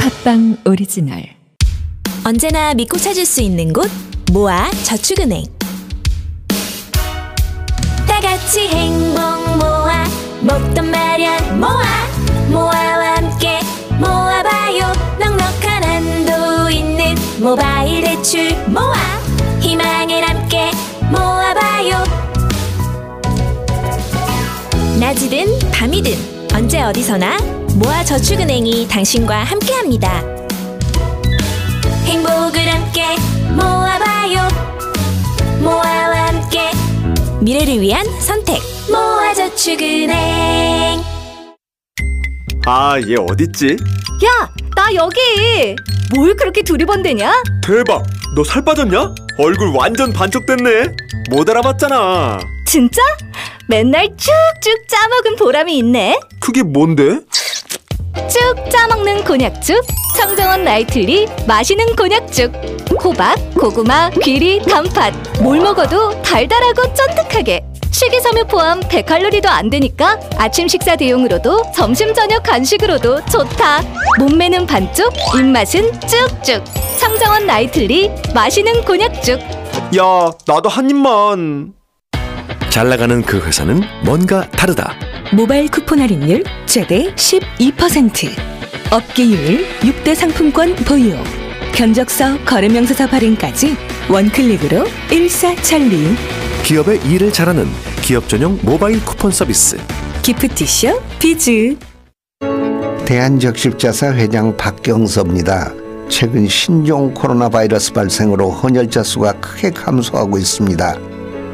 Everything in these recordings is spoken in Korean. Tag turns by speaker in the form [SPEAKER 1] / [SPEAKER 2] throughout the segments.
[SPEAKER 1] 팟빵 오리지널
[SPEAKER 2] 언제나 믿고 찾을 수 있는 곳 모아 저축은행 다 같이 행복 모아 먹던 마련 모아 모아와 함께 모아봐요 넉넉한 한도 있는 모바일 대출 모아 희망을 함께 모아봐요 낮이든 밤이든 언제 어디서나 모아 저축은행이 당신과 함께합니다. 행복을 함께 모아봐요 모아와 함께 미래를 위한 선택 모아저축은행
[SPEAKER 3] 아, 얘 어딨지?
[SPEAKER 4] 야, 나 여기. 뭘 그렇게 두리번대냐?
[SPEAKER 3] 대박! 너 살 빠졌냐? 얼굴 완전 반쪽됐네. 못 알아봤잖아.
[SPEAKER 4] 진짜? 맨날 쭉쭉 짜먹은 보람이 있네.
[SPEAKER 3] 그게 뭔데?
[SPEAKER 4] 쭉 짜먹는 곤약죽, 청정원 나이트리 마시는 곤약죽, 호박, 고구마, 귀리, 단팥. 뭘 먹어도 달달하고 쫀득하게. 식이섬유 포함 100칼로리도 안 되니까 아침 식사 대용으로도 점심 저녁 간식으로도 좋다. 몸매는 반쪽, 입맛은 쭉쭉. 청정원 나이트리 마시는 곤약죽.
[SPEAKER 3] 야, 나도 한 입만.
[SPEAKER 5] 잘 나가는 그 회사는 뭔가 다르다.
[SPEAKER 1] 모바일 쿠폰 할인율 최대 12% 업계율 6대 상품권 보유 견적서 거래명세서 발행까지 원클릭으로 일사천리
[SPEAKER 5] 기업의 일을 잘하는 기업 전용 모바일 쿠폰 서비스.
[SPEAKER 1] 기프티쇼 비즈
[SPEAKER 6] 대한적십자사 회장 박경서입니다. 최근 신종 코로나 바이러스 발생으로 헌혈자 수가 크게 감소하고 있습니다.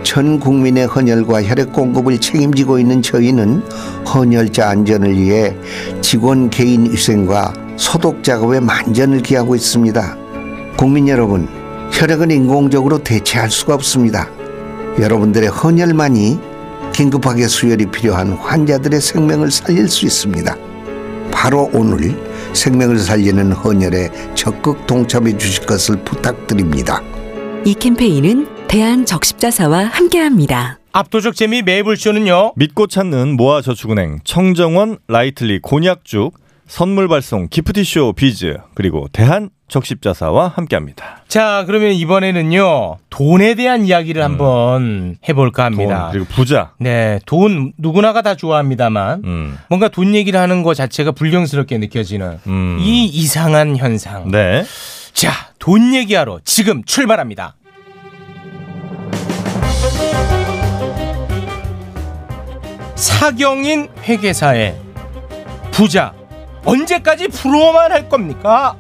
[SPEAKER 6] 전 국민의 헌혈과 혈액 공급을 책임지고 있는 저희는 헌혈자 안전을 위해 직원 개인 위생과 소독 작업에 만전을 기하고 있습니다. 국민 여러분, 혈액은 인공적으로 대체할 수가 없습니다. 여러분들의 헌혈만이 긴급하게 수혈이 필요한 환자들의 생명을 살릴 수 있습니다. 바로 오늘 생명을 살리는 헌혈에 적극 동참해 주실 것을 부탁드립니다.
[SPEAKER 1] 이 캠페인은 대한적십자사와 함께합니다.
[SPEAKER 7] 압도적 재미 매불쇼는요.
[SPEAKER 8] 믿고 찾는 모아저축은행 청정원 라이틀리 곤약죽 선물 발송 기프티쇼 비즈 그리고 대한 적십자사와 함께합니다.
[SPEAKER 7] 자, 그러면 이번에는요. 돈에 대한 이야기를 한번 해볼까
[SPEAKER 8] 음. 돈
[SPEAKER 7] 합니다.
[SPEAKER 8] 어, 그리고 부자.
[SPEAKER 7] 네, 돈 누구나가 다 좋아합니다만
[SPEAKER 8] 음.
[SPEAKER 7] 뭔가 돈 얘기를 하는 거 자체가 불경스럽게 느껴지는
[SPEAKER 8] 음.
[SPEAKER 7] 이 이상한 현상.
[SPEAKER 8] 네.
[SPEAKER 7] 자, 돈 얘기하러 지금 출발합니다. 사경인 회계사의 부자 언제까지 부러워만 할 겁니까?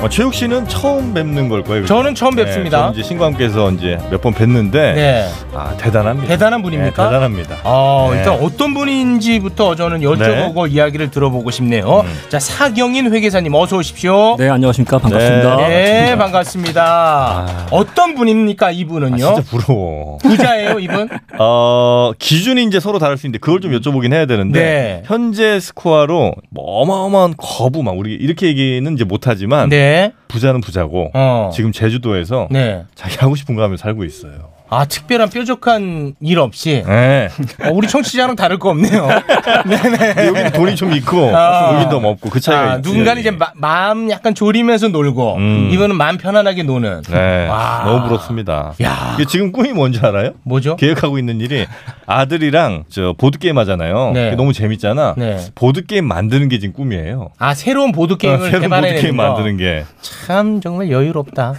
[SPEAKER 8] 어, 최욱 씨는 처음 뵙는 걸 거예요. 그죠?
[SPEAKER 7] 저는 처음
[SPEAKER 8] 네,
[SPEAKER 7] 뵙습니다.
[SPEAKER 8] 저는 이제 신광께서 이제 몇 번 뵀는데
[SPEAKER 7] 네.
[SPEAKER 8] 아 대단합니다.
[SPEAKER 7] 대단한 분입니까?
[SPEAKER 8] 네, 대단합니다.
[SPEAKER 7] 어,
[SPEAKER 8] 네.
[SPEAKER 7] 일단 어떤 분인지부터 저는 여쭤보고 이야기를 들어보고 싶네요.
[SPEAKER 8] 음.
[SPEAKER 7] 자, 사경인 회계사님 어서 오십시오.
[SPEAKER 9] 네 안녕하십니까 반갑습니다.
[SPEAKER 8] 네,
[SPEAKER 7] 네, 반갑습니다. 어떤 분입니까
[SPEAKER 8] 아,
[SPEAKER 7] 이분은요?
[SPEAKER 8] 진짜 부러워.
[SPEAKER 7] 부자예요, 이분?
[SPEAKER 8] 어 기준이 이제 서로 다를 수 있는데 그걸 좀 여쭤보긴 해야 되는데
[SPEAKER 7] 네.
[SPEAKER 8] 현재 스코어로 뭐 어마어마한 거부 막 우리 이렇게 얘기는 이제 못하지만
[SPEAKER 7] 네.
[SPEAKER 8] 부자는 부자고
[SPEAKER 7] 어.
[SPEAKER 8] 지금 제주도에서
[SPEAKER 7] 네.
[SPEAKER 8] 자기 하고 싶은 거 하면 살고 있어요.
[SPEAKER 7] 아, 특별한 뾰족한 일 없이.
[SPEAKER 8] 네.
[SPEAKER 7] 어, 우리 청취자랑 다를 거 없네요.
[SPEAKER 8] 여기는 돈이 좀 있고
[SPEAKER 7] 아.
[SPEAKER 8] 여긴 너무 없고 그 차이가
[SPEAKER 7] 아,
[SPEAKER 8] 있지.
[SPEAKER 7] 누군가는 이제 마- 마음 약간 졸이면서 놀고,
[SPEAKER 8] 음.
[SPEAKER 7] 이분은 마음 편안하게 노는.
[SPEAKER 8] 네.
[SPEAKER 7] 와.
[SPEAKER 8] 너무 부럽습니다.
[SPEAKER 7] 야.
[SPEAKER 8] 이게 지금 꿈이 뭔지 알아요?
[SPEAKER 7] 뭐죠?
[SPEAKER 8] 계획하고 있는 일이 아들이랑 저 보드 게임 하잖아요.
[SPEAKER 7] 네.
[SPEAKER 8] 그게 너무 재밌잖아.
[SPEAKER 7] 네.
[SPEAKER 8] 보드 게임 만드는 게 지금 꿈이에요.
[SPEAKER 7] 아, 새로운 보드게임을
[SPEAKER 8] 아, 새로운
[SPEAKER 7] 개발해내는
[SPEAKER 8] 보드 게임
[SPEAKER 7] 거.
[SPEAKER 8] 만드는 게.
[SPEAKER 7] 참 정말 여유롭다.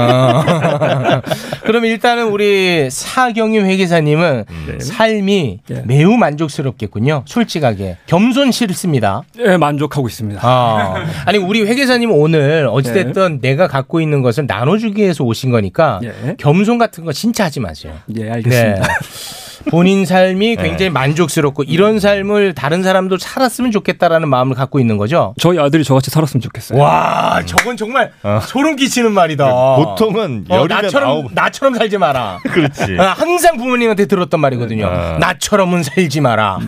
[SPEAKER 7] 아. 그럼 일단은 우리 사경임 회계사님은 삶이
[SPEAKER 9] 네.
[SPEAKER 7] 매우 만족스럽겠군요. 솔직하게 겸손 싫습니다.
[SPEAKER 9] 예, 만족하고 있습니다.
[SPEAKER 7] 아. 아니 우리 회계사님 오늘 어찌됐든 내가 갖고 있는 것을 나눠주기 위해서 오신 거니까
[SPEAKER 9] 네. 예.
[SPEAKER 7] 겸손 같은 거 진짜 하지 마세요.
[SPEAKER 9] 예 알겠습니다.
[SPEAKER 7] 네. 본인 삶이 굉장히 만족스럽고 이런 삶을 다른 사람도 살았으면 좋겠다라는 마음을 갖고 있는 거죠.
[SPEAKER 9] 저희 아들이 저같이 살았으면 좋겠어요.
[SPEAKER 7] 와, 저건 정말 소름 끼치는 말이다.
[SPEAKER 8] 음. 어. 그 보통은
[SPEAKER 7] 어,
[SPEAKER 8] 열이면
[SPEAKER 7] 나처럼
[SPEAKER 8] 아홉.
[SPEAKER 7] 나처럼 살지 마라.
[SPEAKER 8] 그렇지.
[SPEAKER 7] 아, 항상 부모님한테 들었던 말이거든요.
[SPEAKER 8] 아.
[SPEAKER 7] 나처럼은 살지 마라.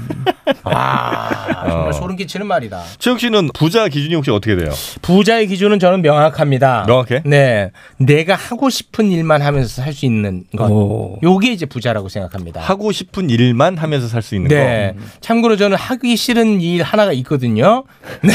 [SPEAKER 7] 아, 정말
[SPEAKER 8] 어.
[SPEAKER 7] 소름 끼치는 말이다.
[SPEAKER 8] 최욱 씨는 부자 기준이 혹시 어떻게 돼요?
[SPEAKER 7] 부자의 기준은 저는 명확합니다.
[SPEAKER 8] 명확해?
[SPEAKER 7] 네. 내가 하고 싶은 일만 하면서 살 수 있는 것.
[SPEAKER 9] 오.
[SPEAKER 7] 요게 이제 부자라고 생각합니다.
[SPEAKER 8] 하고 싶은 일만 하면서 살 수 있는
[SPEAKER 7] 네. 참고로 저는 하기 싫은 일 하나가 있거든요. 네.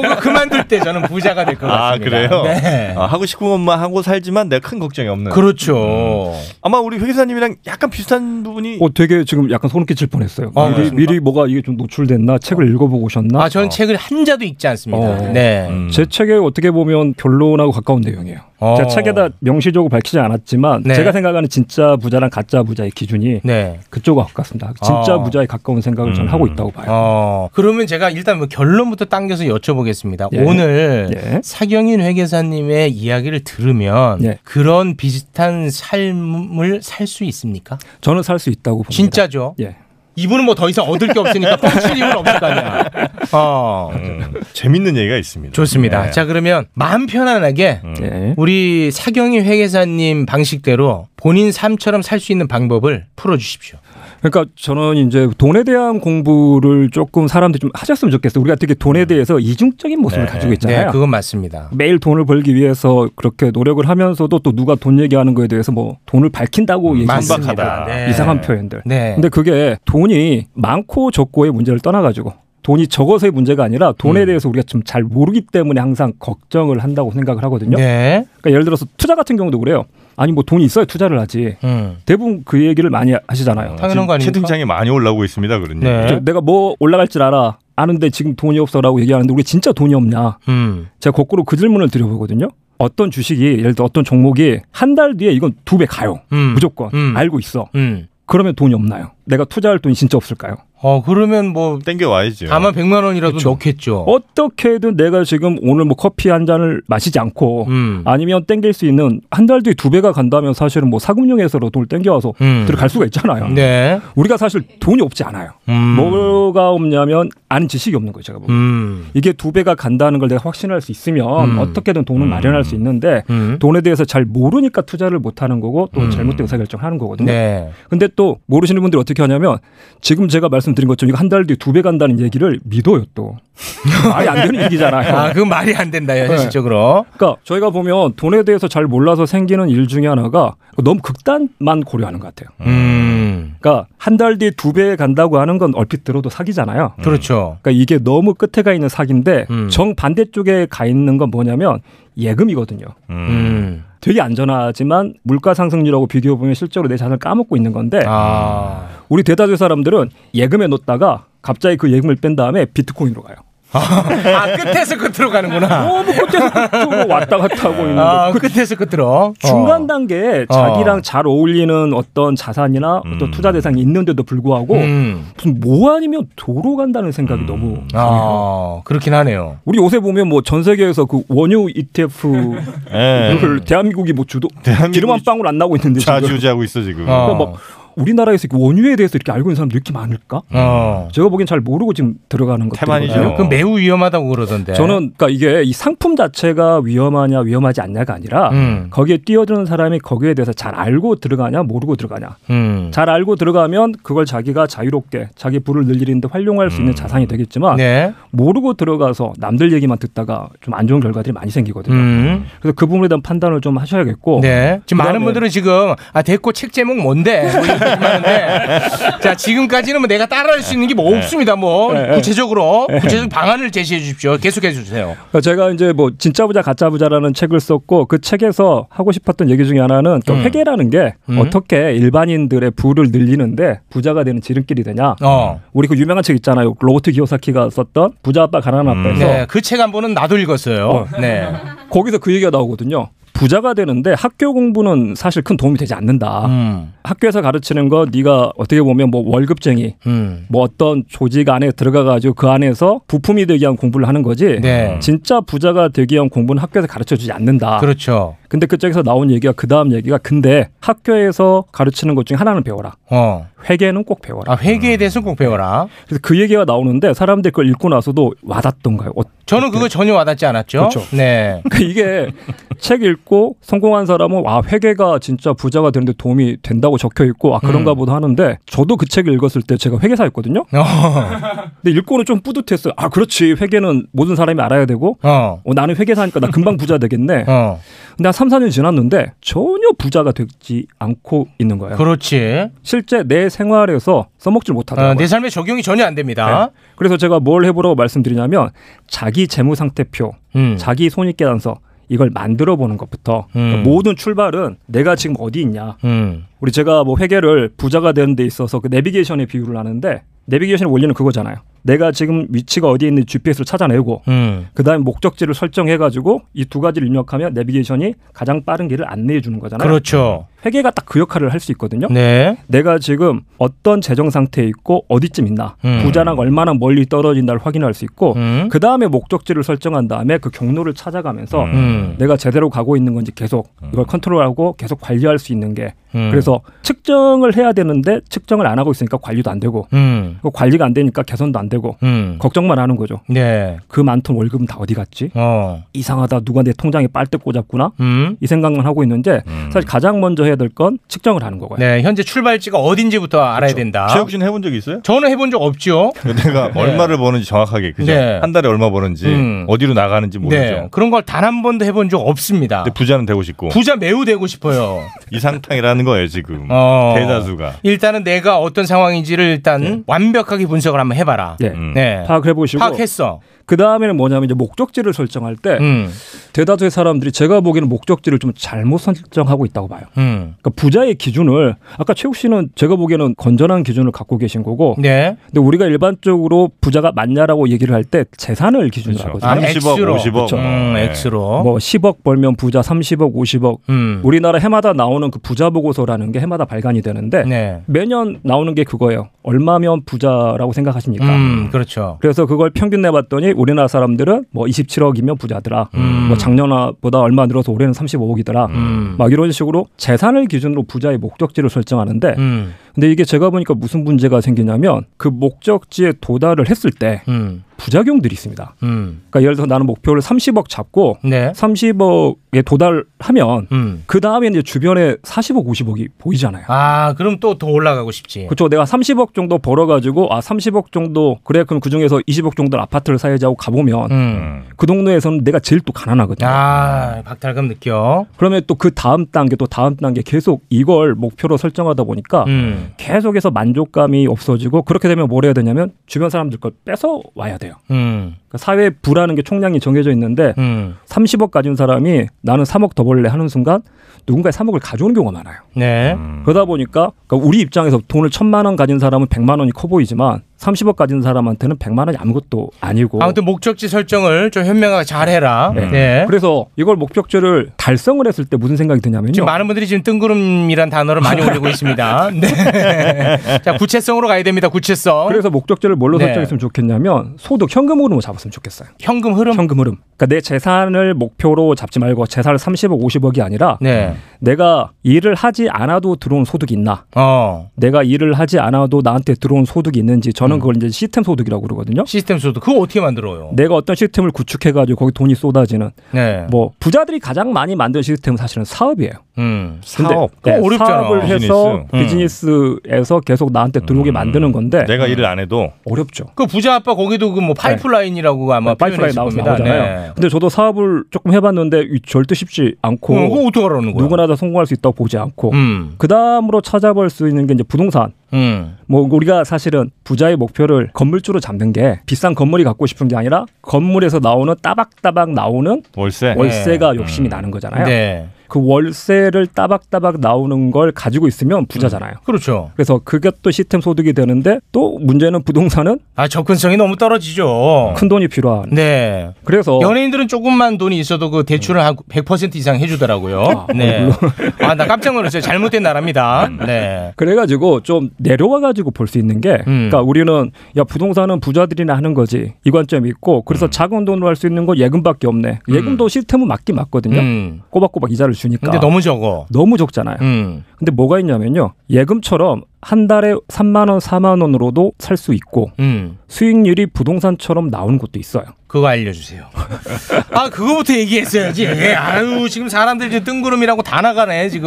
[SPEAKER 7] 그거 그만둘 때 저는 부자가 될 것
[SPEAKER 8] 거. 아
[SPEAKER 7] 같습니다.
[SPEAKER 8] 그래요?
[SPEAKER 7] 네.
[SPEAKER 8] 아, 하고 싶은 것만 하고 살지만 내가 큰 걱정이 없는. 음.
[SPEAKER 7] 그렇죠.
[SPEAKER 8] 아마 우리 회계사님이랑 약간 비슷한 부분이
[SPEAKER 9] 어, 되게 지금 약간 소름 끼칠 뻔했어요.
[SPEAKER 7] 아,
[SPEAKER 9] 미리,
[SPEAKER 7] 그렇습니까?
[SPEAKER 9] 미리 뭐가 이게 좀 노출됐나 책을 읽어보고 오셨나?
[SPEAKER 7] 아, 저는 책을 한 자도 읽지 않습니다.
[SPEAKER 9] 어.
[SPEAKER 7] 네.
[SPEAKER 8] 음.
[SPEAKER 9] 제 책에 어떻게 보면 결론하고 가까운 내용이에요.
[SPEAKER 7] 어.
[SPEAKER 9] 제가 책에다 명시적으로 밝히지 않았지만
[SPEAKER 7] 네.
[SPEAKER 9] 제가 생각하는 진짜 부자랑 가짜 부자의 기준이
[SPEAKER 7] 네.
[SPEAKER 9] 그쪽과 가깝습니다. 진짜
[SPEAKER 7] 어.
[SPEAKER 9] 부자에 가까운 생각을
[SPEAKER 8] 음.
[SPEAKER 9] 저는 하고 있다고 봐요.
[SPEAKER 7] 어. 그러면 제가 일단 뭐 결론부터 당겨서 여쭤보겠습니다.
[SPEAKER 9] 예.
[SPEAKER 7] 네. 오늘
[SPEAKER 9] 예.
[SPEAKER 7] 사경인 회계사님의 이야기를 들으면
[SPEAKER 9] 예.
[SPEAKER 7] 그런 비슷한 삶을 살 수 있습니까?
[SPEAKER 9] 저는 살 수 있다고 봅니다.
[SPEAKER 7] 진짜죠.
[SPEAKER 9] 예.
[SPEAKER 7] 이분은 뭐 더 이상 얻을 게 없으니까 뻥칠 이유는 없을 거 아니야. 어.
[SPEAKER 8] 음, 재밌는 얘기가 있습니다.
[SPEAKER 7] 좋습니다.
[SPEAKER 8] 네.
[SPEAKER 7] 자, 그러면 마음 편안하게
[SPEAKER 9] 예.
[SPEAKER 7] 우리 사경이 회계사님 방식대로 본인 삶처럼 살 수 있는 방법을 풀어 주십시오.
[SPEAKER 9] 그러니까 저는 이제 돈에 대한 공부를 조금 사람들이 좀 하셨으면 좋겠어요. 우리가 되게 돈에 대해서 이중적인 모습을
[SPEAKER 8] 네.
[SPEAKER 9] 가지고
[SPEAKER 7] 네,
[SPEAKER 9] 있잖아요.
[SPEAKER 7] 그건 맞습니다.
[SPEAKER 9] 매일 돈을 벌기 위해서 그렇게 노력을 하면서도 또 누가 돈 얘기하는 거에 대해서 뭐 돈을 밝힌다고 얘기하는
[SPEAKER 8] 천박하다.
[SPEAKER 7] 음, 네.
[SPEAKER 9] 이상한 표현들.
[SPEAKER 7] 네.
[SPEAKER 9] 근데 그게 돈이 많고 적고의 문제를 떠나가지고 돈이 적어서의 문제가 아니라 돈에
[SPEAKER 7] 음.
[SPEAKER 9] 대해서 우리가 좀 잘 모르기 때문에 항상 걱정을 한다고 생각을 하거든요.
[SPEAKER 7] 네.
[SPEAKER 9] 그러니까 예를 들어서 투자 같은 경우도 그래요. 아니 뭐 돈이 있어야 투자를 하지.
[SPEAKER 7] 음.
[SPEAKER 9] 대부분 그 얘기를 많이 하시잖아요.
[SPEAKER 7] 당연한 거 아닙니까?
[SPEAKER 8] 채팅창에 많이 올라오고 있습니다. 그런
[SPEAKER 7] 네.
[SPEAKER 8] 얘기.
[SPEAKER 9] 저 내가 뭐 올라갈 줄 알아. 아는데 지금 돈이 없어라고 얘기하는데 우리 진짜 돈이 없냐.
[SPEAKER 7] 음.
[SPEAKER 9] 제가 거꾸로 그 질문을 드려보거든요. 어떤 주식이 예를 들어 어떤 종목이 한 달 뒤에 이건 두 배 가요.
[SPEAKER 7] 음.
[SPEAKER 9] 무조건
[SPEAKER 7] 음.
[SPEAKER 9] 알고 있어.
[SPEAKER 7] 음.
[SPEAKER 9] 그러면 돈이 없나요? 내가 투자할 돈이 진짜 없을까요?
[SPEAKER 7] 어, 그러면 뭐
[SPEAKER 8] 땡겨 와야죠.
[SPEAKER 7] 다만 100만 원이라도 넣겠죠.
[SPEAKER 9] 어떻게든 내가 지금 오늘 뭐 커피 한 잔을 마시지 않고
[SPEAKER 7] 음.
[SPEAKER 9] 아니면 땡길 수 있는 한 달 뒤에 두 배가 간다면 사실은 뭐 사금융에서로 돈을 땡겨와서
[SPEAKER 7] 음.
[SPEAKER 9] 들어갈 수가 있잖아요.
[SPEAKER 7] 네.
[SPEAKER 9] 우리가 사실 돈이 없지 않아요.
[SPEAKER 7] 음.
[SPEAKER 9] 뭐가 없냐면 아는 지식이 없는 거예요. 제가 보기엔.
[SPEAKER 7] 음.
[SPEAKER 9] 이게 두 배가 간다는 걸 내가 확신할 수 있으면
[SPEAKER 7] 음.
[SPEAKER 9] 어떻게든 돈을
[SPEAKER 8] 음.
[SPEAKER 9] 마련할 수 있는데
[SPEAKER 7] 음.
[SPEAKER 9] 돈에 대해서 잘 모르니까 투자를 못 하는 거고 또
[SPEAKER 7] 음.
[SPEAKER 9] 잘못된 의사결정하는 거거든요.
[SPEAKER 7] 네.
[SPEAKER 9] 근데 또 모르시는 분들이 어떻게 하냐면 지금 제가 말씀드린 것처럼 이거 한 달 뒤에 두 배 간다는 얘기를 믿어요 또. 말이 안 되는 얘기잖아요. 네.
[SPEAKER 7] 아, 그건 말이 안 된다, 현실적으로.
[SPEAKER 9] 그러니까 저희가 보면 돈에 대해서 잘 몰라서 생기는 일 중에 하나가 너무 극단만 고려하는 것 같아요.
[SPEAKER 7] 음.
[SPEAKER 9] 그러니까 한 달 뒤에 두 배 간다고 하는 건 얼핏 들어도 사기잖아요.
[SPEAKER 7] 그렇죠.
[SPEAKER 9] 그러니까 이게 너무 끝에 가 있는 사기인데
[SPEAKER 7] 음.
[SPEAKER 9] 정 반대쪽에 가 있는 건 뭐냐면 예금이거든요.
[SPEAKER 8] 음.
[SPEAKER 7] 음.
[SPEAKER 9] 되게 안전하지만 물가 상승률하고 비교해 보면 실제로 내 자산을 까먹고 있는 건데
[SPEAKER 7] 아.
[SPEAKER 9] 우리 대다수의 사람들은 예금에 넣었다가 갑자기 그 예금을 뺀 다음에 비트코인으로 가요.
[SPEAKER 7] 아, 끝에서 끝으로 가는구나.
[SPEAKER 9] 너무 어, 뭐 끝에서 끝으로 왔다 갔다 하고 있는 거.
[SPEAKER 7] 아, 끝에서 끝으로.
[SPEAKER 9] 음. 그
[SPEAKER 7] 어.
[SPEAKER 9] 중간 단계에 자기랑 잘 어울리는 어떤 자산이나
[SPEAKER 8] 음.
[SPEAKER 9] 어떤 투자 대상이 있는데도 불구하고
[SPEAKER 7] 음.
[SPEAKER 9] 무슨 뭐 아니면 도로 간다는 생각이 너무
[SPEAKER 7] 아, 그렇긴 하네요.
[SPEAKER 9] 우리 요새 보면 뭐 전 세계에서 그 원유 ETF
[SPEAKER 8] 예.
[SPEAKER 9] 를 대한민국이 뭐 주도
[SPEAKER 8] 대한민국이
[SPEAKER 9] 기름 한 방울 안 나고 있는데 지금
[SPEAKER 8] 좌지우지하고 있어 지금.
[SPEAKER 7] 어.
[SPEAKER 9] 그러니까 막 우리나라에서 이렇게 원유에 대해서 이렇게 알고 있는 사람들 이렇게 많을까?
[SPEAKER 7] 어.
[SPEAKER 9] 제가 보기엔 잘 모르고 지금 들어가는 것들
[SPEAKER 8] 태만이죠.
[SPEAKER 7] 그 매우 네. 위험하다고 그러던데.
[SPEAKER 9] 저는 그러니까 이게 이 상품 자체가 위험하냐 위험하지 않냐가 아니라
[SPEAKER 7] 음.
[SPEAKER 9] 거기에 뛰어드는 사람이 거기에 대해서 잘 알고 들어가냐 모르고 들어가냐
[SPEAKER 7] 음.
[SPEAKER 9] 잘 알고 들어가면 그걸 자기가 자유롭게 자기 부를 늘리는데 활용할 수 있는 자산이 되겠지만
[SPEAKER 7] 음. 네.
[SPEAKER 9] 모르고 들어가서 남들 얘기만 듣다가 좀 안 좋은 결과들이 많이 생기거든요.
[SPEAKER 7] 음.
[SPEAKER 9] 그래서 그 부분에 대한 판단을 좀 하셔야겠고
[SPEAKER 7] 네. 지금 많은
[SPEAKER 9] 그다음에-
[SPEAKER 7] 분들은 지금 아 됐고 책 제목 뭔데? 뭐 이런 얘기 하는데 자 지금까지는 뭐 내가 따라할 수 있는 게
[SPEAKER 9] 네.
[SPEAKER 7] 뭐 없습니다. 뭐 구체적으로 구체적 방안을 제시해 주십시오. 계속해 주세요.
[SPEAKER 9] 그러니까 제가 이제 뭐 진짜 부자 가짜 부자라는 책을 썼고 그 책에서 하고 싶었던 얘기 중에 하나는 그
[SPEAKER 7] 음.
[SPEAKER 9] 회계라는 게
[SPEAKER 7] 음.
[SPEAKER 9] 어떻게 일반인들의 부를 늘리는데 부자가 되는 지름길이 되냐.
[SPEAKER 7] 어.
[SPEAKER 9] 우리 그 유명한 책 있잖아요. 로버트 기요사키가 썼던 부자 아빠 가난한
[SPEAKER 8] 음.
[SPEAKER 9] 아빠에서
[SPEAKER 7] 네. 그 책 한 번은 나도 읽었어요.
[SPEAKER 9] 어.
[SPEAKER 7] 네.
[SPEAKER 9] 거기서 그 얘기가 나오거든요. 부자가 되는데 학교 공부는 사실 큰 도움이 되지
[SPEAKER 8] 아.
[SPEAKER 9] 않는다.
[SPEAKER 7] 음.
[SPEAKER 9] 학교에서 가르치는 거 네가 어떻게 보면 뭐 월급쟁이
[SPEAKER 7] 음.
[SPEAKER 9] 뭐 어떤 조직 안에 들어가 가지고 그 안에서 부품이 되기 위한 공부를 하는 거지.
[SPEAKER 7] 네.
[SPEAKER 9] 진짜 부자가 되기 위한 공부는 학교에서 가르쳐 주지 않는다.
[SPEAKER 8] 아.
[SPEAKER 7] 그렇죠.
[SPEAKER 9] 그러니까 근데 그쪽에서 나온 얘기가 그 다음 얘기가 근데 학교에서 가르치는 것 중에 하나는 배워라.
[SPEAKER 7] 어.
[SPEAKER 9] 회계는 꼭 배워라.
[SPEAKER 7] 아, 회계에 대해서 꼭 배워라.
[SPEAKER 9] 그래서 그 얘기가 나오는데 사람들이 그걸 읽고 나서도 와닿던가요? 어,
[SPEAKER 7] 저는 그거 전혀 와닿지 않았죠.
[SPEAKER 9] 그렇죠.
[SPEAKER 7] 네.
[SPEAKER 9] 그러니까 이게 책 읽고 성공한 사람은 와 회계가 진짜 부자가 되는데 도움이 된다고 적혀 있고 아 그런가
[SPEAKER 7] 음.
[SPEAKER 9] 보다 하는데 저도 그 책을 읽었을 때 제가 회계사였거든요.
[SPEAKER 7] 어.
[SPEAKER 9] 근데 읽고는 좀 뿌듯했어요. 아 그렇지 회계는 모든 사람이 알아야 되고
[SPEAKER 7] 어.
[SPEAKER 9] 어, 나는 회계사니까 나 금방 부자 되겠네.
[SPEAKER 7] 어.
[SPEAKER 9] 근데 한 3, 4년 지났는데 전혀 부자가 되지 않고 있는 거예요.
[SPEAKER 7] 그렇지.
[SPEAKER 9] 실제 내 생활에서 써먹질 못하더라고요.
[SPEAKER 7] 어, 내 삶에 적용이 전혀 안 됩니다.
[SPEAKER 9] 그래서 제가 뭘 해보라고 말씀드리냐면 자기 재무 상태표,
[SPEAKER 7] 음.
[SPEAKER 9] 자기 손익 계산서 이걸 만들어 보는 것부터 그러니까
[SPEAKER 7] 음.
[SPEAKER 9] 모든 출발은 내가 지금 어디 있냐.
[SPEAKER 8] 네.
[SPEAKER 7] 음.
[SPEAKER 9] 우리 제가 뭐 회계를 부자가 되는 데 있어서 그 내비게이션의 비유를 하는데 내비게이션의 원리는 그거잖아요. 내가 지금 위치가 어디에 있는지 GPS를 찾아내고
[SPEAKER 7] 음.
[SPEAKER 9] 그다음에 목적지를 설정해가지고 이 두 가지를 입력하면 내비게이션이 가장 빠른 길을 안내해 주는 거잖아요.
[SPEAKER 7] 그렇죠.
[SPEAKER 9] 회계가 딱 그 역할을 할 수 있거든요.
[SPEAKER 7] 네.
[SPEAKER 9] 내가 지금 어떤 재정 상태에 있고 어디쯤 있나
[SPEAKER 7] 음.
[SPEAKER 9] 부자랑 얼마나 멀리 떨어진다를 확인할 수 있고
[SPEAKER 7] 음.
[SPEAKER 9] 그 다음에 목적지를 설정한 다음에 그 경로를 찾아가면서
[SPEAKER 7] 음.
[SPEAKER 9] 내가 제대로 가고 있는 건지 계속 이걸 컨트롤하고 계속 관리할 수 있는 게
[SPEAKER 7] 음.
[SPEAKER 9] 그래서 측정을 해야 되는데 측정을 안 하고 있으니까 관리도 안 되고
[SPEAKER 7] 음.
[SPEAKER 9] 그 관리가 안 되니까 개선도 안 되고
[SPEAKER 7] 음.
[SPEAKER 9] 걱정만 하는 거죠.
[SPEAKER 7] 네.
[SPEAKER 9] 그 많던 월급은 다 어디 갔지?
[SPEAKER 7] 어.
[SPEAKER 9] 이상하다 누가 내 통장에 빨대 꽂았구나
[SPEAKER 7] 음.
[SPEAKER 9] 이 생각만 하고 있는데 사실 가장 먼저 해야 될 건 측정을 하는 거고요.
[SPEAKER 7] 네. 현재 출발지가 어딘지부터 알아야 된다.
[SPEAKER 8] 최욱 씨는 해본 적 있어요?
[SPEAKER 7] 저는 해본 적 없죠.
[SPEAKER 8] 내가 얼마를 버는지 정확하게 그죠?
[SPEAKER 7] 네.
[SPEAKER 8] 한 달에 얼마 버는지
[SPEAKER 7] 음.
[SPEAKER 8] 어디로 나가는지 모르죠.
[SPEAKER 7] 네. 그런 걸 단 한 번도 해본 적 없습니다.
[SPEAKER 8] 근데 부자는 되고 싶고
[SPEAKER 7] 부자 매우 되고 싶어요.
[SPEAKER 8] 이 상탕이라는 거예요 지금
[SPEAKER 7] 어.
[SPEAKER 8] 대다수가.
[SPEAKER 7] 일단은 내가 어떤 상황인지를 일단
[SPEAKER 9] 네.
[SPEAKER 7] 완벽하게 분석을 한번 해봐라.
[SPEAKER 9] 예.
[SPEAKER 8] 음.
[SPEAKER 7] 네.
[SPEAKER 9] 파악해 보시고
[SPEAKER 7] 파악했어.
[SPEAKER 9] 그 다음에는 뭐냐면 이제 목적지를 설정할 때
[SPEAKER 7] 음.
[SPEAKER 9] 대다수의 사람들이 제가 보기에는 목적지를 좀 잘못 설정하고 있다고 봐요.
[SPEAKER 7] 음.
[SPEAKER 9] 그러니까 부자의 기준을 아까 최욱 씨는 제가 보기에는 건전한 기준을 갖고 계신 거고
[SPEAKER 7] 네.
[SPEAKER 9] 근데 우리가 일반적으로 부자가 맞냐라고 얘기를 할 때 재산을 기준으로
[SPEAKER 8] 그렇죠.
[SPEAKER 9] 하거든요.
[SPEAKER 7] 아,
[SPEAKER 8] 30억,
[SPEAKER 7] X로.
[SPEAKER 8] 50억.
[SPEAKER 9] 그렇죠.
[SPEAKER 7] 음,
[SPEAKER 8] 네.
[SPEAKER 7] X로.
[SPEAKER 9] 뭐 10억 벌면 부자 30억 50억
[SPEAKER 7] 음.
[SPEAKER 9] 우리나라 해마다 나오는 그 부자 보고서라는 게 해마다 발간이 되는데
[SPEAKER 7] 네.
[SPEAKER 9] 매년 나오는 게 그거예요. 얼마면 부자라고 생각하십니까?
[SPEAKER 7] 음, 그렇죠.
[SPEAKER 9] 그래서 그걸 평균 내봤더니 우리나라 사람들은 뭐 27억이면 부자더라.
[SPEAKER 7] 음.
[SPEAKER 9] 뭐 작년보다 얼마 늘어서 올해는 35억이더라.
[SPEAKER 7] 음.
[SPEAKER 9] 막 이런 식으로 재산을 기준으로 부자의 목적지를 설정하는데
[SPEAKER 7] 음.
[SPEAKER 9] 근데 이게 제가 보니까 무슨 문제가 생기냐면 그 목적지에 도달을 했을 때
[SPEAKER 7] 음.
[SPEAKER 9] 부작용들이 있습니다.
[SPEAKER 7] 음.
[SPEAKER 9] 그러니까 예를 들어서 나는 목표를 30억 잡고
[SPEAKER 7] 네.
[SPEAKER 9] 30억에 도달하면
[SPEAKER 7] 음.
[SPEAKER 9] 그 다음에 이제 주변에 40억, 50억이 보이잖아요.
[SPEAKER 7] 아, 그럼 또 더 올라가고 싶지.
[SPEAKER 9] 그렇죠. 내가 30억 정도 벌어가지고 아 30억 정도 그래 그럼 그 중에서 20억 정도 는 아파트를 사야지 하고 가보면
[SPEAKER 7] 음.
[SPEAKER 8] 음.
[SPEAKER 9] 그 동네에서는 내가 제일 또 가난하거든요.
[SPEAKER 7] 아, 박탈감 느껴.
[SPEAKER 9] 그러면 또 그 다음 단계 또 다음 단계 계속 이걸 목표로 설정하다 보니까
[SPEAKER 7] 음.
[SPEAKER 9] 계속해서 만족감이 없어지고 그렇게 되면 뭘 해야 되냐면 주변 사람들 걸 뺏어 와야 돼요.
[SPEAKER 7] 음.
[SPEAKER 9] 그러니까 사회 부라는 게 총량이 정해져 있는데
[SPEAKER 7] 음.
[SPEAKER 9] 30억 가진 사람이 나는 3억 더 벌래 하는 순간 누군가의 3억을 가져오는 경우가 많아요.
[SPEAKER 7] 네.
[SPEAKER 8] 음.
[SPEAKER 9] 그러다 보니까 그러니까 우리 입장에서 돈을 1천만 원 가진 사람은 100만 원이 커 보이지만 30억 가진 사람한테는 100만 원이 아무것도 아니고
[SPEAKER 7] 아무튼 목적지 설정을 좀 현명하게 잘 해라. 네.
[SPEAKER 9] 네. 그래서 이걸 목적지를 달성을 했을 때 무슨 생각이 드냐면요.
[SPEAKER 7] 지금 많은 분들이 지금 뜬구름이란 단어를 많이 올리고 있습니다. 네. 자, 구체성으로 가야 됩니다. 구체성.
[SPEAKER 9] 그래서 목적지를 뭘로
[SPEAKER 7] 네.
[SPEAKER 9] 설정했으면 좋겠냐면 소득 현금 흐름을 잡았으면 좋겠어요.
[SPEAKER 7] 현금 흐름.
[SPEAKER 9] 현금 흐름. 그러니까 내 재산을 목표로 잡지 말고 재산을 30억, 50억이 아니라
[SPEAKER 7] 네.
[SPEAKER 9] 내가 일을 하지 않아도 들어온 소득이 있나?
[SPEAKER 7] 어.
[SPEAKER 9] 내가 일을 하지 않아도 나한테 들어온 소득이 있는지 저는 그걸 이제 시스템 소득이라고 그러거든요.
[SPEAKER 7] 음. 시스템 소득. 그거 어떻게 만들어요?
[SPEAKER 9] 내가 어떤 시스템을 구축해 가지고 거기 돈이 쏟아지는
[SPEAKER 7] 네.
[SPEAKER 9] 뭐 부자들이 가장 많이 만든 시스템은 사실은 사업이에요.
[SPEAKER 7] 음.
[SPEAKER 8] 사업.
[SPEAKER 9] 근데 네,
[SPEAKER 7] 그거 어렵잖아.
[SPEAKER 9] 사업을 해서
[SPEAKER 7] 비즈니스. 음.
[SPEAKER 9] 비즈니스에서 계속 나한테 들어오게 만드는 건데
[SPEAKER 8] 내가 일을 안 해도
[SPEAKER 9] 어렵죠. 네.
[SPEAKER 7] 그 부자 아빠 거기도 그 뭐 파이프라인이라고 아마
[SPEAKER 9] 파이프라인
[SPEAKER 7] 표현했을
[SPEAKER 9] 나오-
[SPEAKER 7] 겁니다.
[SPEAKER 9] 나오잖아요.
[SPEAKER 7] 네.
[SPEAKER 9] 근데 저도 사업을 조금 해봤는데 이- 절대 쉽지 않고
[SPEAKER 7] 어, 그거 어떻게 하라는 거야?
[SPEAKER 9] 누구나 다 성공할 수 있다고 보지 않고
[SPEAKER 7] 음.
[SPEAKER 9] 그 다음으로 찾아볼 수 있는 게 이제 부동산.
[SPEAKER 7] 음.
[SPEAKER 9] 뭐 우리가 사실은 부자의 목표를 건물주로 잡는 게 비싼 건물이 갖고 싶은 게 아니라 건물에서 나오는 따박따박 나오는
[SPEAKER 8] 월세. 음.
[SPEAKER 9] 월세가 욕심이 나는 거잖아요.
[SPEAKER 7] 음. 네.
[SPEAKER 9] 그 월세를 따박따박 나오는 걸 가지고 있으면 부자잖아요.
[SPEAKER 7] 그렇죠.
[SPEAKER 9] 그래서 그게 또 시스템 소득이 되는데 또 문제는 부동산은
[SPEAKER 7] 아, 접근성이 너무 떨어지죠.
[SPEAKER 9] 큰 돈이 필요한.
[SPEAKER 7] 네.
[SPEAKER 9] 그래서
[SPEAKER 7] 연예인들은 조금만 돈이 있어도 그 대출을 한 100% 이상 해주더라고요. 네. 아, 나 깜짝 놀랐어요. 잘못된 나라입니다.
[SPEAKER 9] 음.
[SPEAKER 7] 네.
[SPEAKER 9] 그래가지고 좀 내려와가지고 볼 수 있는 게,
[SPEAKER 7] 음.
[SPEAKER 9] 그러니까 우리는 야 부동산은 부자들이나 하는 거지 이 관점이
[SPEAKER 7] 음.
[SPEAKER 9] 있고, 그래서 작은 돈으로 할 수 있는 건 예금밖에 없네. 예금도 시스템은 맞긴 맞거든요.
[SPEAKER 7] 음.
[SPEAKER 9] 꼬박꼬박 이자를 돈을 주니까
[SPEAKER 7] 근데 너무 적어.
[SPEAKER 9] 너무 적잖아요.
[SPEAKER 7] 음.
[SPEAKER 9] 근데 뭐가 있냐면요. 예금처럼 한 달에 3만 원, 4만 원으로도 살 수 있고
[SPEAKER 7] 음.
[SPEAKER 9] 수익률이 부동산처럼 나오는 곳도 있어요.
[SPEAKER 7] 그거 알려주세요. 아, 그거부터 얘기했어야지. 예, 아유, 지금 사람들 지금 뜬구름이라고 다 나가네, 지금.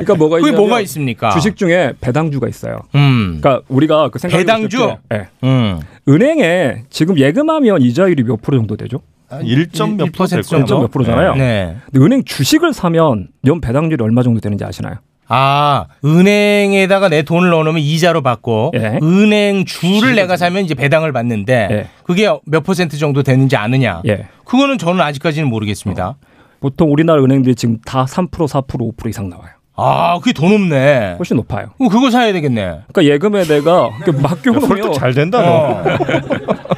[SPEAKER 9] 그러니까 뭐가
[SPEAKER 7] 그게
[SPEAKER 9] 있냐면
[SPEAKER 7] 뭐가 있습니까?
[SPEAKER 9] 주식 중에 배당주가 있요
[SPEAKER 7] 음.
[SPEAKER 9] 그러니까 우리가 그 생각
[SPEAKER 7] 배당주?
[SPEAKER 9] 네.
[SPEAKER 7] 음.
[SPEAKER 9] 은행에 지금 예금하면 이자율이 몇 프로 정도 되죠?
[SPEAKER 8] 1점 몇 프로 될
[SPEAKER 7] 1%
[SPEAKER 8] 거예요?
[SPEAKER 9] 정도 몇 프로잖아요.
[SPEAKER 7] 네.
[SPEAKER 9] 근데 은행 주식을 사면 연 배당률이 얼마 정도 되는지 아시나요?
[SPEAKER 7] 아, 은행에다가 내 돈을 넣어놓으면 이자로 받고,
[SPEAKER 9] 예.
[SPEAKER 7] 은행 주를 내가 사면 이제 배당을 받는데,
[SPEAKER 9] 예.
[SPEAKER 7] 그게 몇 퍼센트 정도 되는지 아느냐.
[SPEAKER 9] 예.
[SPEAKER 7] 그거는 저는 아직까지는 모르겠습니다.
[SPEAKER 9] 보통 우리나라 은행들이 지금 다 3%, 4%, 5% 이상 나와요.
[SPEAKER 7] 아, 그게 더 높네.
[SPEAKER 9] 훨씬 높아요.
[SPEAKER 7] 어, 그거 사야 되겠네.
[SPEAKER 9] 그러니까 예금에 내가 이렇게 맡겨놓으면
[SPEAKER 8] 설득 잘 된다 너.
[SPEAKER 7] 어.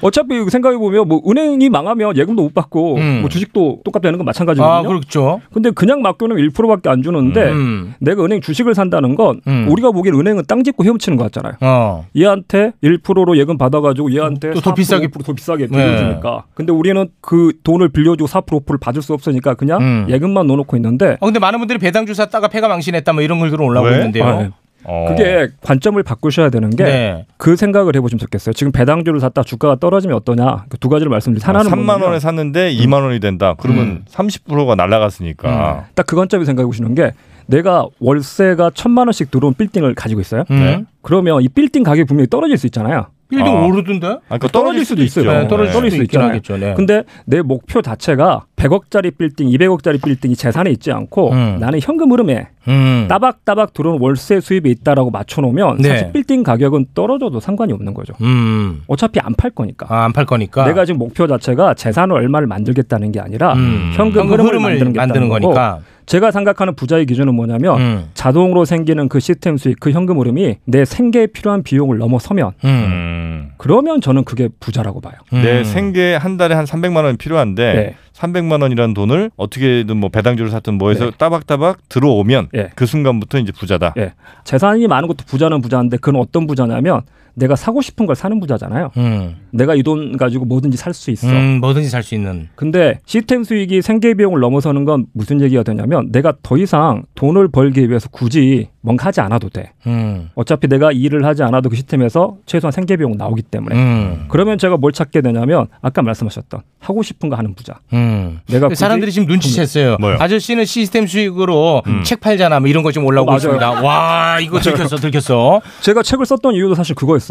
[SPEAKER 9] 어차피 생각해 보면 뭐 은행이 망하면 예금도 못 받고
[SPEAKER 7] 음.
[SPEAKER 9] 뭐 주식도 똑같다는 건 마찬가지거든요.
[SPEAKER 7] 아, 그렇죠.
[SPEAKER 9] 근데 그냥 맡겨놓으면 1%밖에 안 주는데
[SPEAKER 7] 음.
[SPEAKER 9] 내가 은행 주식을 산다는 건
[SPEAKER 7] 음.
[SPEAKER 9] 우리가 보기엔 은행은 땅 짚고 헤엄치는 것 같잖아요.
[SPEAKER 7] 어.
[SPEAKER 9] 얘한테 1%로 예금 받아가지고 얘한테
[SPEAKER 7] 또더 비싸게.
[SPEAKER 9] 5%, 더 비싸게
[SPEAKER 7] 네.
[SPEAKER 9] 빌려주니까. 근데 우리는 그 돈을 빌려주고 4% 5%를 받을 수 없으니까 그냥
[SPEAKER 7] 음.
[SPEAKER 9] 예금만 넣어놓고 있는데
[SPEAKER 7] 어, 근데 많은 분들이 배당주 샀다가 폐가 망신했다 뭐 이런 글들은 올라오고
[SPEAKER 8] 왜?
[SPEAKER 7] 있는데요.
[SPEAKER 9] 아, 네.
[SPEAKER 8] 어.
[SPEAKER 9] 그게 관점을 바꾸셔야 되는 게 그
[SPEAKER 7] 네.
[SPEAKER 9] 생각을 해보시면 좋겠어요. 지금 배당주를 샀다 주가가 떨어지면 어떠냐 그 두 가지를 말씀드리면 하나는
[SPEAKER 8] 3만
[SPEAKER 9] 뭐냐면
[SPEAKER 8] 아,
[SPEAKER 9] 음.
[SPEAKER 8] 원에 샀는데 2만 원이 된다. 그러면
[SPEAKER 7] 음.
[SPEAKER 8] 30%가 날아갔으니까.
[SPEAKER 9] 딱 그 관점에 생각해 보시는 게 내가 월세가 천만 원씩 들어온 빌딩을 가지고 있어요.
[SPEAKER 7] 음.
[SPEAKER 8] 네.
[SPEAKER 9] 그러면 이 빌딩 가격이 분명히 떨어질 수 있잖아요.
[SPEAKER 7] 빌딩
[SPEAKER 8] 아.
[SPEAKER 7] 오르던데?
[SPEAKER 8] 아, 그러니까
[SPEAKER 9] 떨어질 수도 있어요.
[SPEAKER 8] 있죠.
[SPEAKER 7] 네, 떨어질
[SPEAKER 9] 네.
[SPEAKER 7] 수도
[SPEAKER 9] 떨어질 수
[SPEAKER 7] 있긴
[SPEAKER 9] 있잖아요.
[SPEAKER 7] 하겠죠. 네.
[SPEAKER 9] 근데 내 목표 자체가 100억짜리 빌딩, 200억짜리 빌딩이 재산에 있지 않고
[SPEAKER 7] 음.
[SPEAKER 9] 나는 현금 흐름에
[SPEAKER 7] 음.
[SPEAKER 9] 따박따박 들어온 월세 수입에 있다라고 맞춰놓으면
[SPEAKER 7] 네.
[SPEAKER 9] 사실 빌딩 가격은 떨어져도 상관이 없는 거죠.
[SPEAKER 7] 음.
[SPEAKER 9] 어차피 안 팔 거니까.
[SPEAKER 7] 아, 안 팔 거니까.
[SPEAKER 9] 내가 지금 목표 자체가 재산을 얼마를 만들겠다는 게 아니라
[SPEAKER 7] 음.
[SPEAKER 9] 현금,
[SPEAKER 7] 현금
[SPEAKER 9] 흐름을, 만드는,
[SPEAKER 7] 만드는
[SPEAKER 9] 거니까.
[SPEAKER 7] 거니까.
[SPEAKER 9] 제가 생각하는 부자의 기준은 뭐냐면
[SPEAKER 7] 음.
[SPEAKER 9] 자동으로 생기는 그 시스템 수익, 그 현금 흐름이 내 생계에 필요한 비용을 넘어서면
[SPEAKER 7] 음.
[SPEAKER 8] 음.
[SPEAKER 9] 그러면 저는 그게 부자라고 봐요.
[SPEAKER 8] 내
[SPEAKER 7] 음.
[SPEAKER 8] 생계 한 달에 한 300만 원이 필요한데
[SPEAKER 9] 네.
[SPEAKER 8] 300만 원이라는 돈을 어떻게든 뭐 배당주를 샀든 뭐 해서
[SPEAKER 9] 네.
[SPEAKER 8] 따박따박 들어오면
[SPEAKER 9] 예.
[SPEAKER 8] 그 순간부터 이제 부자다.
[SPEAKER 9] 예. 재산이 많은 것도 부자는 부자인데 그건 어떤 부자냐면 내가 사고 싶은 걸 사는 부자잖아요.
[SPEAKER 7] 음.
[SPEAKER 9] 내가 이 돈 가지고 뭐든지 살 수 있어.
[SPEAKER 7] 음, 뭐든지 살 수 있는.
[SPEAKER 9] 근데 시스템 수익이 생계 비용을 넘어서는 건 무슨 얘기가 되냐면 내가 더 이상 돈을 벌기 위해서 굳이 뭔가 하지 않아도 돼.
[SPEAKER 7] 음.
[SPEAKER 9] 어차피 내가 일을 하지 않아도 그 시스템에서 최소한 생계 비용 나오기 때문에.
[SPEAKER 7] 음.
[SPEAKER 9] 그러면 제가 뭘 찾게 되냐면 아까 말씀하셨던 하고 싶은 거 하는 부자.
[SPEAKER 7] 음.
[SPEAKER 9] 내가 굳이-
[SPEAKER 7] 사람들이 지금 눈치챘어요.
[SPEAKER 8] 뭐요?
[SPEAKER 7] 아저씨는 시스템 수익으로 책 팔잖아. 뭐 이런 거 지금 올라오고
[SPEAKER 9] 어, 맞아요.
[SPEAKER 7] 있습니다. 와, 이거 들켰어, 들켰어.
[SPEAKER 9] 제가 책을 썼던 이유도 사실 그거였어요.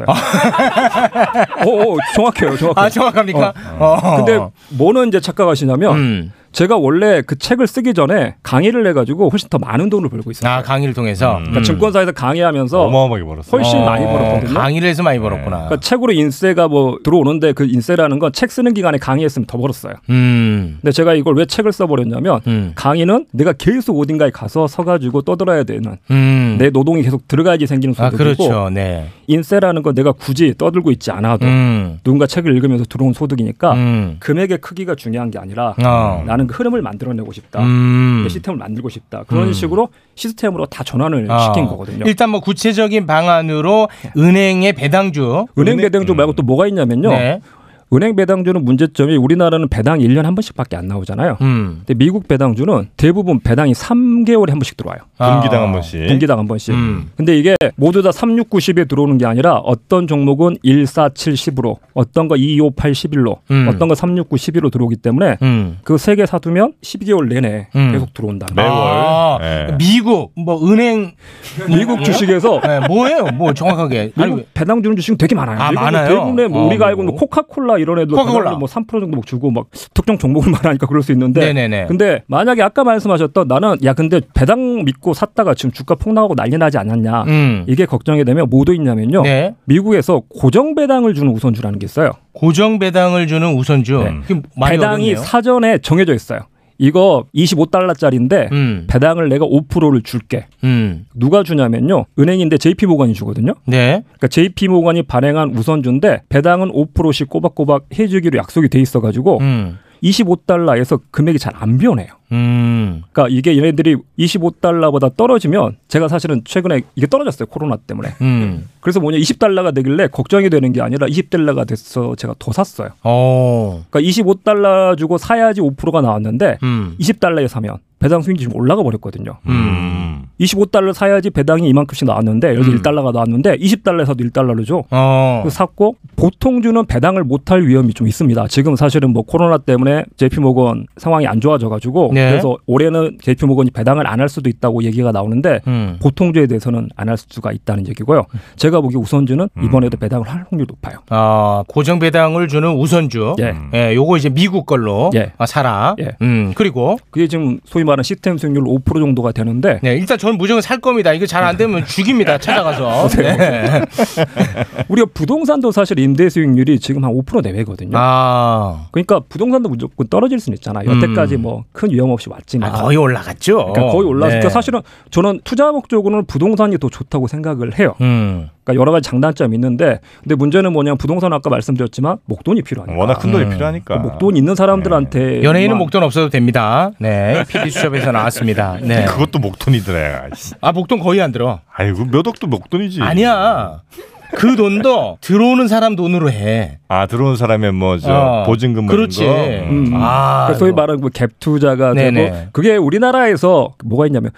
[SPEAKER 9] 어, 어, 정확해요, 정확해요.
[SPEAKER 7] 아, 정확합니까? 어.
[SPEAKER 9] 근데 뭐는 이제 착각하시냐면
[SPEAKER 7] 음.
[SPEAKER 9] 제가 원래 그 책을 쓰기 전에 강의를 해가지고 훨씬 더 많은 돈을 벌고 있어요.
[SPEAKER 7] 아, 강의를 통해서.
[SPEAKER 8] 음.
[SPEAKER 9] 그러니까 증권사에서 강의하면서
[SPEAKER 8] 어마어마하게 벌었어.
[SPEAKER 9] 훨씬 많이 벌었거든요.
[SPEAKER 7] 강의를 해서 많이 벌었구나.
[SPEAKER 9] 그러니까 책으로 인세가 뭐 들어오는데 그 인세라는 건 책 쓰는 기간에 강의했으면 더 벌었어요.
[SPEAKER 7] 음.
[SPEAKER 9] 근데 제가 이걸 왜 책을 써버렸냐면
[SPEAKER 7] 음.
[SPEAKER 9] 강의는 내가 계속 어딘가에 가서 서가지고 떠들어야 되는
[SPEAKER 7] 음.
[SPEAKER 9] 내 노동이 계속 들어가야지 생기는
[SPEAKER 7] 아,
[SPEAKER 9] 소득이고
[SPEAKER 7] 그렇죠. 네.
[SPEAKER 9] 인세라는 건 내가 굳이 떠들고 있지 않아도
[SPEAKER 7] 음.
[SPEAKER 9] 누군가 책을 읽으면서 들어온 소득이니까
[SPEAKER 7] 음.
[SPEAKER 9] 금액의 크기가 중요한 게 아니라
[SPEAKER 7] 어.
[SPEAKER 9] 나는 그 흐름을 만들어내고 싶다.
[SPEAKER 7] 음.
[SPEAKER 9] 내 시스템을 만들고 싶다. 그런 식으로 시스템으로 다 전환을
[SPEAKER 7] 아.
[SPEAKER 9] 시킨 거거든요.
[SPEAKER 7] 일단 뭐 구체적인 방안으로 은행의 배당주. 음.
[SPEAKER 9] 은행 배당주 말고 또 뭐가 있냐면요.
[SPEAKER 7] 네.
[SPEAKER 9] 은행 배당주는 문제점이 우리나라는 배당 1년 한 번씩밖에 안 나오잖아요.
[SPEAKER 7] 음.
[SPEAKER 9] 근데 미국 배당주는 대부분 배당이 3개월에 한 번씩 들어와요.
[SPEAKER 8] 분기당 한
[SPEAKER 7] 아.
[SPEAKER 8] 번씩.
[SPEAKER 9] 분기당 한 번씩.
[SPEAKER 7] 음.
[SPEAKER 9] 근데 이게 모두 다 3, 6, 90에 들어오는 게 아니라 어떤 종목은 1, 4, 7, 10으로 어떤 거 2, 5, 8, 11로
[SPEAKER 7] 음.
[SPEAKER 9] 어떤 거 3, 6, 9, 11로 들어오기 때문에
[SPEAKER 7] 음.
[SPEAKER 9] 그 세 개 사두면 12개월 내내
[SPEAKER 7] 음.
[SPEAKER 9] 계속 들어온다는 거예요.
[SPEAKER 8] 매월.
[SPEAKER 7] 아,
[SPEAKER 8] 예.
[SPEAKER 7] 미국 뭐 은행
[SPEAKER 9] 미국 주식에서
[SPEAKER 7] 네, 뭐예요? 뭐 정확하게 아니,
[SPEAKER 9] 미국 배당 주는 주식 되게 많아요.
[SPEAKER 7] 아,
[SPEAKER 9] 미국은
[SPEAKER 7] 많아요?
[SPEAKER 9] 대부분에 뭐
[SPEAKER 7] 어,
[SPEAKER 9] 우리가 알고 있는
[SPEAKER 7] 그리고?
[SPEAKER 9] 코카콜라 이런 애도
[SPEAKER 7] 코카콜라.
[SPEAKER 9] 뭐3% 정도 막 주고 막 특정 종목을 말하니까 그럴 수 있는데.
[SPEAKER 7] 네네네.
[SPEAKER 9] 근데 만약에 아까 말씀하셨던 나는 야 근데 배당 믿고 샀다가 지금 주가 폭락하고 난리 나지 않았냐.
[SPEAKER 7] 음.
[SPEAKER 9] 이게 걱정이 되면 뭐도 있냐면요.
[SPEAKER 7] 네.
[SPEAKER 9] 미국에서 고정 배당을 주는 우선주라는 게 있어요.
[SPEAKER 7] 고정 배당을 주는 우선주.
[SPEAKER 9] 네.
[SPEAKER 7] 그게 많이
[SPEAKER 9] 배당이
[SPEAKER 7] 어렵네요.
[SPEAKER 9] 사전에 정해져 있어요. 이거 25달러짜리인데
[SPEAKER 7] 음.
[SPEAKER 9] 배당을 내가 5%를 줄게.
[SPEAKER 7] 음.
[SPEAKER 9] 누가 주냐면요. 은행인데 JP 모건이 주거든요.
[SPEAKER 7] 네.
[SPEAKER 9] 그러니까 JP 모건이 발행한 우선주인데 배당은 5%씩 꼬박꼬박 해주기로 약속이 돼 있어가지고
[SPEAKER 7] 음.
[SPEAKER 9] 25달러에서 금액이 잘 안 변해요.
[SPEAKER 7] 음.
[SPEAKER 9] 그러니까 이게 얘네들이 25달러보다 떨어지면 제가 사실은 최근에 이게 떨어졌어요 코로나 때문에.
[SPEAKER 7] 음.
[SPEAKER 9] 그래서 뭐냐 20달러가 되길래 걱정이 되는 게 아니라 20달러가 돼서 제가 더 샀어요.
[SPEAKER 7] 어.
[SPEAKER 9] 그러니까 25달러 주고 사야지 5%가 나왔는데
[SPEAKER 7] 음.
[SPEAKER 9] 20달러에 사면 배당 수익이 지금 올라가 버렸거든요.
[SPEAKER 8] 음.
[SPEAKER 9] 25달러 사야지 배당이 이만큼씩 나왔는데 예를 들어
[SPEAKER 7] 음.
[SPEAKER 9] 1달러가 나왔는데 20달러에서도 1달러로 줘.
[SPEAKER 7] 어.
[SPEAKER 9] 그거 샀고 보통 주는 배당을 못할 위험이 좀 있습니다. 지금 사실은 뭐 코로나 때문에 JP 모건 상황이 안 좋아져 가지고
[SPEAKER 7] 네.
[SPEAKER 9] 그래서 올해는 JP 모건이 배당을 안 할 수도 있다고 얘기가 나오는데
[SPEAKER 7] 음.
[SPEAKER 9] 보통주에 대해서는 안 할 수가 있다는 얘기고요. 제가 보기 우선주는
[SPEAKER 7] 음.
[SPEAKER 9] 이번에도 배당을 할 확률이 높아요.
[SPEAKER 7] 아, 고정 배당을 주는 우선주.
[SPEAKER 9] 예.
[SPEAKER 7] 예, 요거 이제 미국 걸로
[SPEAKER 9] 예.
[SPEAKER 7] 아, 사라.
[SPEAKER 9] 예.
[SPEAKER 7] 음, 그리고
[SPEAKER 9] 그게 지금 소위 말하는 시스템 수익률 5% 정도가 되는데
[SPEAKER 7] 네, 일단 저는 무조건 살 겁니다. 이거 잘 안 되면 죽입니다. 찾아가서. 네.
[SPEAKER 9] 우리가 부동산도 사실 임대 수익률이 지금 한 5% 내외거든요.
[SPEAKER 7] 아,
[SPEAKER 9] 그러니까 부동산도 무조건 떨어질 수는 있잖아. 여태까지
[SPEAKER 7] 음.
[SPEAKER 9] 뭐 큰 위험 없이 왔지만
[SPEAKER 7] 아, 거의 올라갔죠.
[SPEAKER 9] 그러니까 거의 올라왔으니까
[SPEAKER 7] 네.
[SPEAKER 9] 사실은 저는 투자 목적으로는 부동산이 더 좋다고 생각을 해요.
[SPEAKER 7] 음.
[SPEAKER 9] 그러니까 여러 가지 장단점이 있는데 근데 문제는 뭐냐면 부동산 아까 말씀드렸지만 목돈이 필요하니까. 그러니까
[SPEAKER 8] 워낙 큰 돈이
[SPEAKER 7] 음. 네.
[SPEAKER 8] 필요하니까.
[SPEAKER 9] 목돈 있는 사람들한테
[SPEAKER 7] 연예인은
[SPEAKER 9] 만-
[SPEAKER 7] 목돈 없어도 됩니다. 네, PD 수첩에서 나왔습니다. 네.
[SPEAKER 8] 그것도 목돈이더라. 씨.
[SPEAKER 7] 아, 목돈 거의 안 들어.
[SPEAKER 8] 아이고 몇 억도 목돈이지.
[SPEAKER 7] 아니야. 그 돈도 들어오는 사람 돈으로 해.
[SPEAKER 8] 아 들어온 사람의 뭐저
[SPEAKER 7] 어.
[SPEAKER 8] 보증금 뭐 이런
[SPEAKER 7] 그렇지.
[SPEAKER 8] 거.
[SPEAKER 9] 음.
[SPEAKER 7] 아,
[SPEAKER 9] 그러니까 소위
[SPEAKER 7] 이거.
[SPEAKER 9] 말하는 뭐 갭 투자가
[SPEAKER 7] 네네.
[SPEAKER 9] 되고 그게 우리나라에서 뭐가 있냐면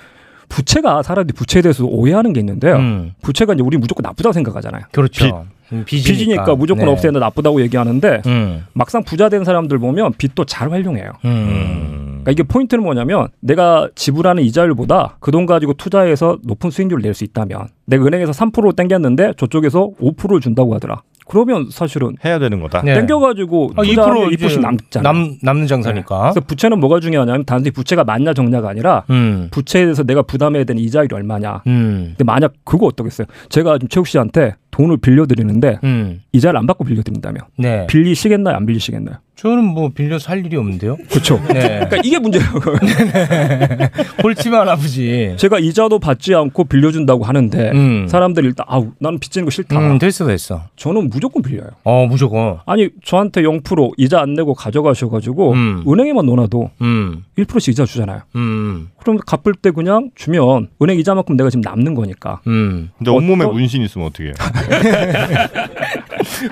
[SPEAKER 9] 부채가 사람들이 부채에 대해서 오해하는 게 있는데요.
[SPEAKER 7] 음,
[SPEAKER 9] 부채가 이제 우리 무조건 나쁘다고 생각하잖아요.
[SPEAKER 7] 그렇죠. 음, 빚이니까.
[SPEAKER 9] 빚이니까 무조건
[SPEAKER 7] 네.
[SPEAKER 9] 없애는 나쁘다고 얘기하는데
[SPEAKER 7] 음,
[SPEAKER 9] 막상 부자 된 사람들 보면 빚도 잘 활용해요.
[SPEAKER 7] 음.
[SPEAKER 9] 그러니까 이게 포인트는 뭐냐면 내가 지불하는 이자율보다 그 돈 가지고 투자해서 높은 수익률을 낼 수 있다면 내가 은행에서 3%로 땡겼는데 저쪽에서 5%를 준다고 하더라. 그러면 사실은
[SPEAKER 8] 해야 되는 거다.
[SPEAKER 7] 네.
[SPEAKER 9] 땡겨가지고
[SPEAKER 7] 아,
[SPEAKER 9] 투자하면
[SPEAKER 7] 2% 이제
[SPEAKER 9] 2%씩 남잖아. 요 네.
[SPEAKER 7] 남, 남는 장사니까.
[SPEAKER 9] 그래서 부채는 뭐가 중요하냐면 단순히 부채가 맞냐 적냐가 아니라
[SPEAKER 7] 음,
[SPEAKER 9] 부채에 대해서 내가 부담해야 되는 이자율이 얼마냐.
[SPEAKER 7] 음,
[SPEAKER 9] 근데 만약 그거 어떻겠어요? 제가 지금 최욱 씨한테 돈을 빌려드리는데
[SPEAKER 7] 음.
[SPEAKER 9] 이자를 안 받고 빌려드린다면
[SPEAKER 7] 네.
[SPEAKER 9] 빌리시겠나요? 안 빌리시겠나요?
[SPEAKER 7] 저는 뭐 빌려서 할 일이 없는데요.
[SPEAKER 9] 그렇죠.
[SPEAKER 7] 네.
[SPEAKER 9] 그러니까 이게 문제라고요.
[SPEAKER 7] 골치만 아프지.
[SPEAKER 9] 제가 이자도 받지 않고 빌려준다고 하는데
[SPEAKER 7] 음.
[SPEAKER 9] 사람들이 일단 아우 나는 빚지는 거 싫다.
[SPEAKER 7] 음, 됐어, 됐어.
[SPEAKER 9] 저는 무조건 빌려요.
[SPEAKER 7] 어, 무조건.
[SPEAKER 9] 아니 저한테 0% 이자 안 내고 가져가셔가지고
[SPEAKER 7] 음.
[SPEAKER 9] 은행에만 넣어놔도
[SPEAKER 7] 음,
[SPEAKER 9] 1%씩 이자 주잖아요.
[SPEAKER 7] 음,
[SPEAKER 9] 그럼 갚을 때 그냥 주면 은행 이자만큼 내가 지금 남는 거니까
[SPEAKER 7] 음.
[SPEAKER 8] 근데 온몸에
[SPEAKER 9] 어떤-
[SPEAKER 8] 문신 있으면 어떻게? 해요?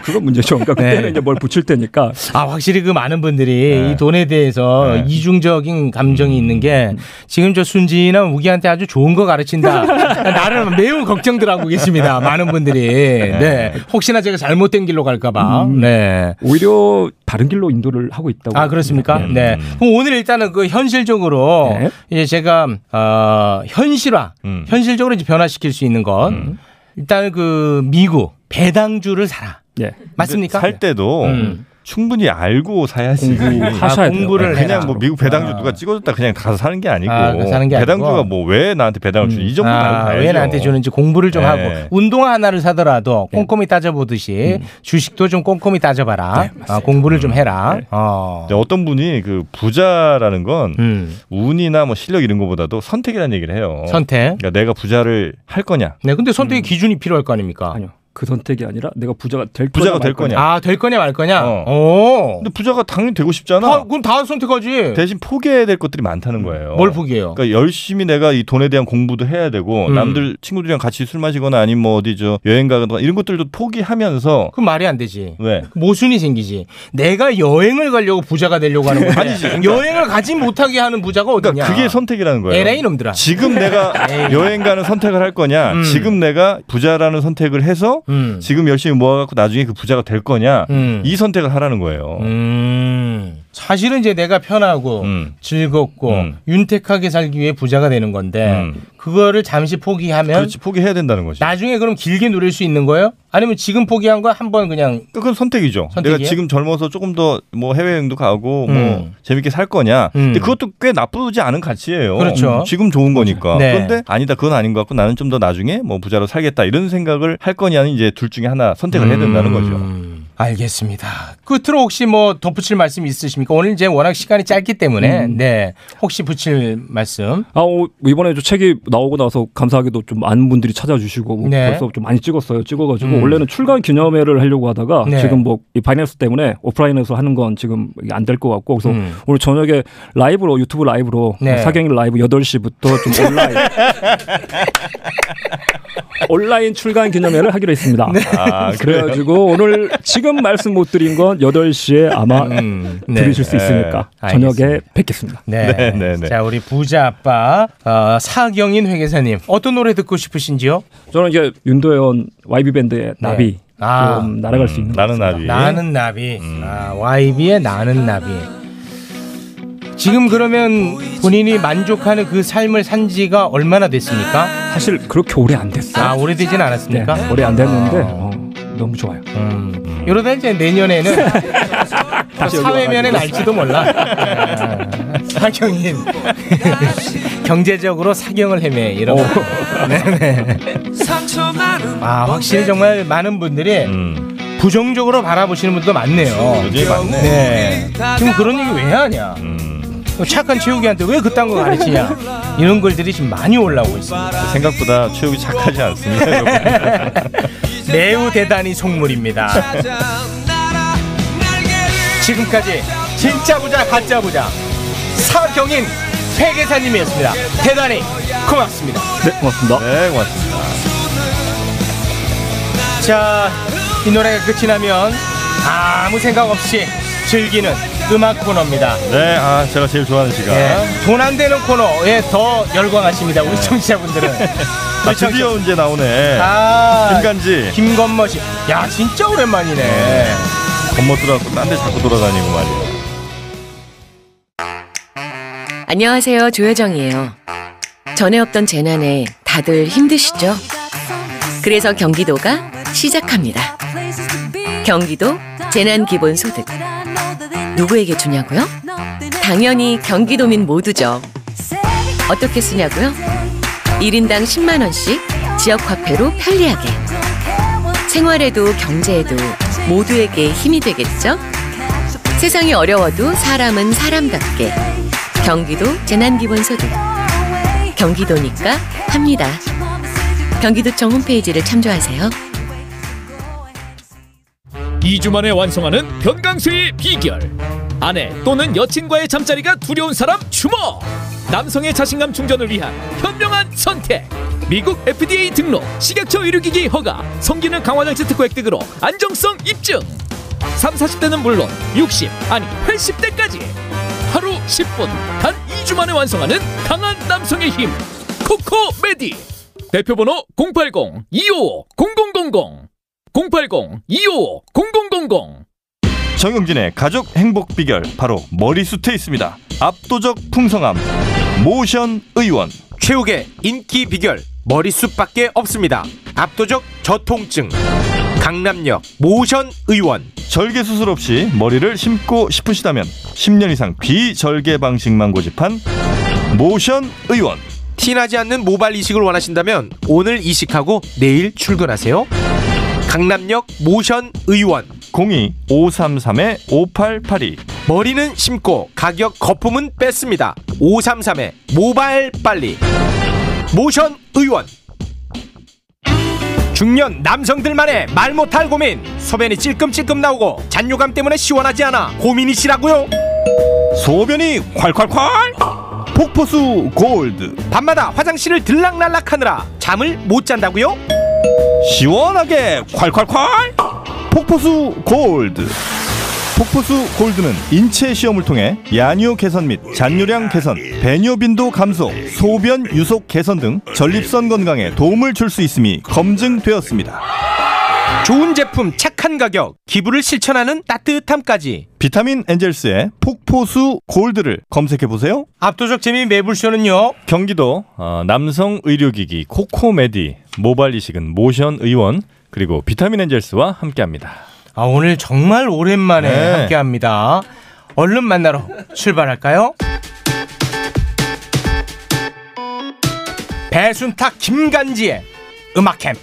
[SPEAKER 9] 그건 문제죠. 그러니까 그때는
[SPEAKER 7] 네.
[SPEAKER 9] 이제 뭘 붙일 때니까
[SPEAKER 7] 아 확실히 그 많은 분들이
[SPEAKER 8] 네.
[SPEAKER 7] 이 돈에 대해서
[SPEAKER 8] 네.
[SPEAKER 7] 이중적인 감정이 있는 게 지금 저 순진한 우기한테 아주 좋은 거 가르친다. 나를 매우 걱정들 하고 계십니다. 많은 분들이. 네. 혹시나 제가 잘못된 길로 갈까봐.
[SPEAKER 9] 음.
[SPEAKER 7] 네.
[SPEAKER 9] 오히려 다른 길로 인도를 하고 있다고.
[SPEAKER 7] 아 그렇습니까?
[SPEAKER 8] 음.
[SPEAKER 7] 네. 그럼 오늘 일단은 그 현실적으로
[SPEAKER 9] 네.
[SPEAKER 7] 이제 제가 어, 현실화,
[SPEAKER 8] 음.
[SPEAKER 7] 현실적으로 이제 변화시킬 수 있는 것. 일단 그 미국 배당주를 사라.
[SPEAKER 9] 예.
[SPEAKER 7] 맞습니까?
[SPEAKER 8] 살 때도
[SPEAKER 7] 음.
[SPEAKER 8] 충분히 알고 사야지.
[SPEAKER 9] 공부하-
[SPEAKER 7] 아,
[SPEAKER 9] 하셔야 돼요.
[SPEAKER 7] 공부를 해라.
[SPEAKER 8] 그냥 뭐 미국 배당주 누가 찍어줬다 그냥 가서 사는 게 아니고
[SPEAKER 7] 네. 아, 가서 사는 게
[SPEAKER 8] 배당주가
[SPEAKER 7] 아니고.
[SPEAKER 8] 뭐 왜 나한테 배당을 주는이 정도
[SPEAKER 7] 아,
[SPEAKER 8] 알고
[SPEAKER 7] 왜 나한테 주는지 공부를 좀
[SPEAKER 8] 네.
[SPEAKER 7] 하고 운동화 하나를 사더라도
[SPEAKER 8] 예.
[SPEAKER 7] 꼼꼼히 따져보듯이
[SPEAKER 8] 음.
[SPEAKER 7] 주식도 좀
[SPEAKER 8] 네,
[SPEAKER 7] 꼼꼼히 따져봐라. 아, 공부를 좀 해라.
[SPEAKER 9] 네.
[SPEAKER 7] 어.
[SPEAKER 8] 근데 어떤 분이 그 부자라는 건
[SPEAKER 7] 음.
[SPEAKER 8] 운이나 뭐 실력 이런 거보다도 선택이라는 얘기를 해요.
[SPEAKER 7] 선택.
[SPEAKER 8] 그러니까 내가 부자를 할 거냐,
[SPEAKER 7] 네, 근데 선택의 기준이 필요할 거 아닙니까?
[SPEAKER 9] 음. 아니요. 그 선택이 아니라 내가 부자가 될
[SPEAKER 8] 부자가
[SPEAKER 9] 거냐
[SPEAKER 8] 될
[SPEAKER 9] 말 거냐.
[SPEAKER 8] 거냐.
[SPEAKER 7] 아, 될 거냐 말 거냐?
[SPEAKER 8] 어.
[SPEAKER 7] 오.
[SPEAKER 8] 근데 부자가 당연히 되고 싶잖아.
[SPEAKER 7] 다, 그럼 다 선택하지.
[SPEAKER 8] 대신 포기해야 될 것들이 많다는 거예요.
[SPEAKER 7] 뭘 포기해요?
[SPEAKER 8] 그러니까 열심히 내가 이 돈에 대한 공부도 해야 되고
[SPEAKER 7] 음.
[SPEAKER 8] 남들 친구들이랑 같이 술 마시거나 아니면 뭐 어디 저 여행 가거나 이런 것들도 포기하면서
[SPEAKER 7] 그럼 말이 안 되지.
[SPEAKER 8] 왜?
[SPEAKER 7] 모순이 생기지. 내가 여행을 가려고 부자가 되려고 하는 거지.
[SPEAKER 8] 아니지. 그러니까-
[SPEAKER 7] 여행을 가지 못하게 하는 부자가 어디냐?
[SPEAKER 8] 그러니까 그게 선택이라는 거예요.
[SPEAKER 7] LA 놈들아.
[SPEAKER 8] 지금 내가 여행 가는 선택을 할 거냐,
[SPEAKER 7] 음.
[SPEAKER 8] 지금 내가 부자라는 선택을 해서
[SPEAKER 7] 음.
[SPEAKER 8] 지금 열심히 모아갖고 나중에 그 부자가 될 거냐,
[SPEAKER 7] 음.
[SPEAKER 8] 이 선택을 하라는 거예요.
[SPEAKER 7] 음. 사실은 이제 내가 편하고
[SPEAKER 8] 음.
[SPEAKER 7] 즐겁고
[SPEAKER 8] 음.
[SPEAKER 7] 윤택하게 살기 위해 부자가 되는 건데
[SPEAKER 8] 음.
[SPEAKER 7] 그거를 잠시 포기하면
[SPEAKER 8] 그렇지 포기해야 된다는 거지.
[SPEAKER 7] 나중에 그럼 길게 누릴 수 있는 거예요? 아니면 지금 포기한 거 한 번 그냥
[SPEAKER 8] 그건 선택이죠.
[SPEAKER 7] 선택이에요?
[SPEAKER 8] 내가 지금 젊어서 조금 더 뭐 해외여행도 가고 뭐
[SPEAKER 7] 음.
[SPEAKER 8] 재밌게 살 거냐.
[SPEAKER 7] 음.
[SPEAKER 8] 근데 그것도 꽤 나쁘지 않은 가치예요.
[SPEAKER 7] 그렇죠.
[SPEAKER 8] 음, 지금 좋은 거니까.
[SPEAKER 7] 네.
[SPEAKER 8] 그런데 아니다 그건 아닌 것 같고 나는 좀 더 나중에 뭐 부자로 살겠다 이런 생각을 할 거냐는 이제 둘 중에 하나 선택을 해야 된다는 거죠.
[SPEAKER 7] 음, 알겠습니다. 끝으로 혹시 뭐 덧붙일 말씀 있으십니까? 오늘 이제 워낙 시간이 짧기 때문에
[SPEAKER 9] 음.
[SPEAKER 8] 음.
[SPEAKER 7] 네 혹시 붙일 말씀?
[SPEAKER 9] 아, 어, 이번에 저 책이 나오고 나서 감사하게도 좀 많은 분들이 찾아주시고 뭐
[SPEAKER 7] 네.
[SPEAKER 9] 벌써 좀 많이 찍었어요. 찍어가지고
[SPEAKER 7] 음.
[SPEAKER 9] 원래는 출간 기념회를 하려고 하다가
[SPEAKER 7] 네.
[SPEAKER 9] 지금 뭐 이 바이낸스 때문에 오프라인에서 하는 건 지금 안 될 것 같고 그래서
[SPEAKER 7] 음.
[SPEAKER 9] 오늘 저녁에 라이브로 유튜브 라이브로
[SPEAKER 7] 네.
[SPEAKER 9] 사경일 라이브 8시부터 좀 온라인 온라인 출간 기념회를 하기로 했습니다.
[SPEAKER 7] 네.
[SPEAKER 8] 아, 그래요?
[SPEAKER 9] 그래가지고 오늘 지금 지금 말씀 못 드린 건 8시에 아마
[SPEAKER 7] 음, 네.
[SPEAKER 9] 들으실 수 있으니까
[SPEAKER 7] 네,
[SPEAKER 9] 저녁에
[SPEAKER 7] 알겠습니다.
[SPEAKER 9] 뵙겠습니다.
[SPEAKER 7] 네.
[SPEAKER 8] 네, 네, 네.
[SPEAKER 7] 자, 우리 부자 아빠 어, 사경인 회계사님 어떤 노래 듣고 싶으신지요? 네.
[SPEAKER 9] 저는 이제 윤도현 YB 밴드의 나비
[SPEAKER 7] 아.
[SPEAKER 9] 좀 날아갈 수 있는
[SPEAKER 8] 음, 나는 나비. 음.
[SPEAKER 7] 나는 나비. 아, YB의 나는 나비. 지금 그러면 본인이 만족하는 그 삶을 산 지가 얼마나 됐습니까?
[SPEAKER 9] 사실 그렇게 오래 안 됐어요.
[SPEAKER 7] 아, 오래되진
[SPEAKER 9] 네,
[SPEAKER 7] 않았습니까?
[SPEAKER 9] 오래 안 됐는데
[SPEAKER 7] 아.
[SPEAKER 9] 어, 너무 좋아요.
[SPEAKER 7] 음. 이러다 이제 내년에는 또
[SPEAKER 9] 다시
[SPEAKER 7] 사회면에
[SPEAKER 9] 올라가지고.
[SPEAKER 7] 날지도 몰라. 아, 사경인 경제적으로 사경을 헤매 이런. 거. 네네. 아 확실히 정말 많은 분들이
[SPEAKER 8] 음.
[SPEAKER 7] 부정적으로 바라보시는 분도 많네요.
[SPEAKER 8] 요즘에 많네.
[SPEAKER 7] 네. 지금 그런 얘기 왜 하냐?
[SPEAKER 8] 음.
[SPEAKER 7] 착한 채우기한테 왜 그딴 거 가르치냐? 이런 글들이 지금 많이 올라오고 있습니다.
[SPEAKER 8] 생각보다 체육이 착하지 않습니다. 여러분.
[SPEAKER 7] 매우 대단히 속물입니다. 지금까지 진짜 부자 가짜 부자 사경인 회계사님이었습니다. 대단히 고맙습니다.
[SPEAKER 9] 네, 고맙습니다.
[SPEAKER 8] 네, 고맙습니다.
[SPEAKER 7] 자, 이 노래가 끝이 나면 아무 생각 없이 즐기는 음악 코너입니다.
[SPEAKER 8] 네, 아, 제가 제일 좋아하는 시간.
[SPEAKER 7] 돈 안 되는 코너에 더 열광하십니다. 우리 청취자분들은.
[SPEAKER 8] 아, 드디어 이제 나오네.
[SPEAKER 7] 아,
[SPEAKER 8] 김간지
[SPEAKER 7] 김건모 씨. 야, 진짜 오랜만이네.
[SPEAKER 8] 겁먹더라고 딴데 자꾸 돌아다니고 말이야.
[SPEAKER 1] 안녕하세요. 조여정이에요. 전에 없던 재난에 다들 힘드시죠? 그래서 경기도가 시작합니다. 경기도 재난기본소득. 누구에게 주냐고요? 당연히 경기도민 모두죠. 어떻게 쓰냐고요? 1인당 10만원씩 지역화폐로 편리하게. 생활에도 경제에도 모두에게 힘이 되겠죠? 세상이 어려워도 사람은 사람답게. 경기도 재난기본소득. 경기도니까 합니다. 경기도청 홈페이지를 참조하세요.
[SPEAKER 10] 2주 만에 완성하는 변강수의 비결 아내 또는 여친과의 잠자리가 두려운 사람 주목 남성의 자신감 충전을 위한 현명한 선택 미국 FDA 등록 식약처 의료기기 허가 성기능 강화장치 특허 획득으로 안정성 입증 3, 40대는 물론 60 아니 80대까지 하루 10분 단 2주 만에 완성하는 강한 남성의 힘 코코메디 대표번호 080-255-0000 080-255-0000
[SPEAKER 8] 정용진의 가족 행복 비결 바로 머리숱에 있습니다. 압도적 풍성함. 모션 의원.
[SPEAKER 3] 최욱의 인기 비결 머리숱밖에 없습니다. 압도적 저통증. 강남역 모션 의원.
[SPEAKER 8] 절개 수술 없이 머리를 심고 싶으시다면 10년 이상 비절개 방식만 고집한 모션 의원.
[SPEAKER 3] 티나지 않는 모발 이식을 원하신다면 오늘 이식하고 내일 출근하세요. 강남역 모션 의원.
[SPEAKER 8] 02-533-5882
[SPEAKER 3] 머리는 심고 가격 거품은 뺐습니다. 533의 모발 빨리. 모션 의원. 중년 남성들만의 말 못할 고민. 소변이 찔끔찔끔 나오고 잔뇨감 때문에 시원하지 않아 고민이시라고요?
[SPEAKER 8] 소변이 콸콸콸 폭포수 골드
[SPEAKER 3] 밤마다 화장실을 들락날락하느라 잠을 못 잔다고요?
[SPEAKER 8] 시원하게 콸콸콸 폭포수 골드 폭포수 골드는 인체 시험을 통해 야뇨 개선 및 잔뇨량 개선, 배뇨 빈도 감소, 소변 유속 개선 등 전립선 건강에 도움을 줄 수 있음이 검증되었습니다.
[SPEAKER 3] 좋은 제품 착한 가격 기부를 실천하는 따뜻함까지
[SPEAKER 8] 비타민 엔젤스의 폭포수 골드를 검색해 보세요.
[SPEAKER 7] 압도적 재미 매불쇼는요.
[SPEAKER 8] 경기도 어, 남성 의료기기 코코메디 모발 이식은 모션 의원 그리고 비타민 엔젤스와 함께합니다.
[SPEAKER 7] 아, 오늘 정말 오랜만에
[SPEAKER 8] 네.
[SPEAKER 7] 함께 합니다. 얼른 만나러 출발할까요? 배순탁 김간지의 음악 캠프.